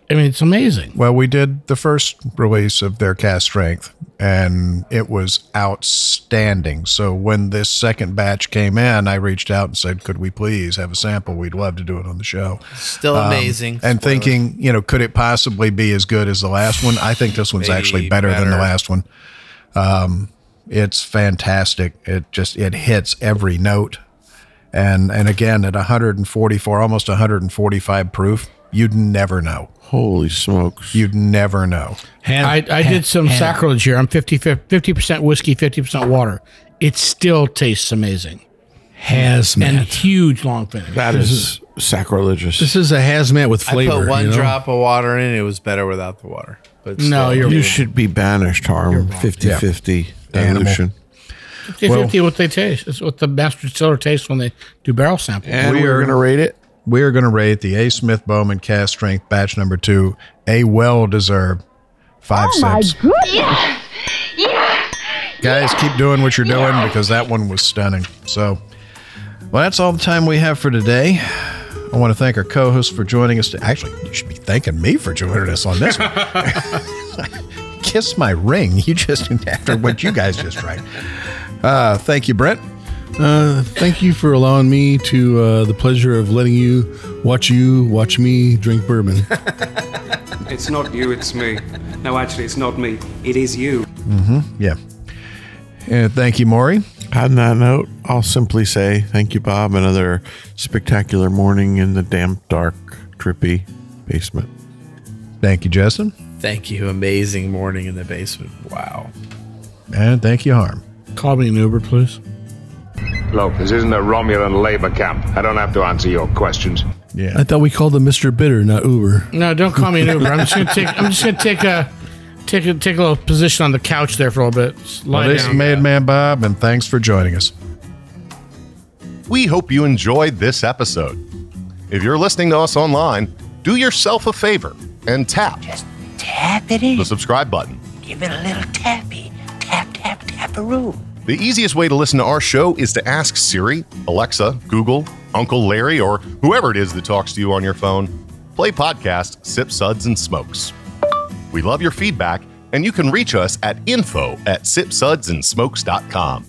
Speaker 6: I mean, it's amazing.
Speaker 2: Well, we did the first release of their cast strength, and it was outstanding. So when this second batch came in, I reached out and said, "Could we please have a sample? We'd love to do it on the show."
Speaker 4: Still
Speaker 2: Um,
Speaker 4: amazing.
Speaker 2: and
Speaker 4: Spoiler.
Speaker 2: thinking, you know, could it possibly be as good as the last one? I think this one's
Speaker 4: Maybe
Speaker 2: actually better, than the
Speaker 4: better.
Speaker 2: last one. Um, it's fantastic. It just it hits every note, and and again at 144, almost 145 proof, you'd never know.
Speaker 5: Holy smokes.
Speaker 2: You'd never know.
Speaker 6: I, I did some sacrilege here. I'm 50 percent whiskey, fifty percent water. It still tastes amazing and
Speaker 3: Hazmat.
Speaker 6: huge long finish.
Speaker 5: that is sacrilegious.
Speaker 3: This is a hazmat with flavor.
Speaker 4: I put one
Speaker 3: you know?
Speaker 4: drop of water in. It was better without the water. But
Speaker 6: No,
Speaker 4: still,
Speaker 6: you're
Speaker 5: you should be banished, Harm. 50 50
Speaker 2: Animal.
Speaker 5: dilution.
Speaker 6: 50 50 what they taste. It's what the master distiller tastes when they do barrel samples.
Speaker 5: And
Speaker 2: We
Speaker 5: we
Speaker 2: are-
Speaker 5: are going to rate it.
Speaker 2: We are going to rate the A. Smith Bowman Cast Strength Batch Number Two a well-deserved five
Speaker 7: Oh
Speaker 2: sips. Guys, keep doing what you're doing because that one was stunning. So, well, that's all the time we have for today. I want to thank our co-hosts for joining us. To, actually, you should be thanking me for joining us on this one. Kiss my ring. You just after what you guys just tried. Uh, thank you, Brent.
Speaker 3: Uh, thank you for allowing me to uh, the pleasure of letting you watch you watch me drink bourbon.
Speaker 10: It's not you, it's me. No, actually, it's not me. It is you.
Speaker 2: Yeah. And thank you, Maury.
Speaker 5: On that note, I'll simply say thank you, Bob. Another spectacular morning in the damp, dark, trippy basement.
Speaker 2: Thank you, Justin.
Speaker 4: thank you. Amazing morning in the basement. Wow.
Speaker 2: And thank you, Harm.
Speaker 6: Call me an Uber, please.
Speaker 11: Look, this isn't a Romulan labor camp. I don't have to answer your questions.
Speaker 3: I thought we called him Mr. Bitter, not Uber.
Speaker 6: No, don't call me an Uber. I'm just gonna take. I'm just gonna take a take a take a little position on the couch there for a little bit. Just Lie
Speaker 2: Well, this is
Speaker 6: down.
Speaker 2: Made Man Bob, and thanks for joining us.
Speaker 4: We hope you enjoyed this episode. If you're listening to us online, do yourself a favor and tap
Speaker 5: Tap it in.
Speaker 4: the subscribe button.
Speaker 5: Give it a little tappy. Tap, tap, tap a
Speaker 4: The easiest way to listen to our show is to ask Siri, Alexa, Google, Uncle Larry, or whoever it is that talks to you on your phone. Play podcast Sip Suds and Smokes. We love your feedback, and you can reach us at info at sipsudsandsmokes.com.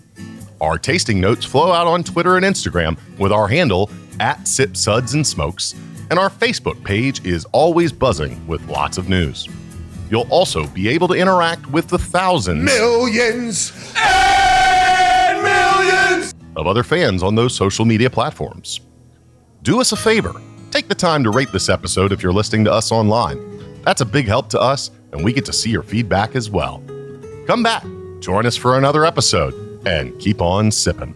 Speaker 4: Our tasting notes flow out on Twitter and Instagram with our handle at Sip Suds and Smokes, and our Facebook page is always buzzing with lots of news. You'll also be able to interact with the thousands
Speaker 11: Millions!
Speaker 4: of other fans on those social media platforms. Do us a favor take the time to rate this episode if you're listening to us online. That's a big help to us, and we get to see your feedback as well. Come back, join us for another episode, and keep on sipping.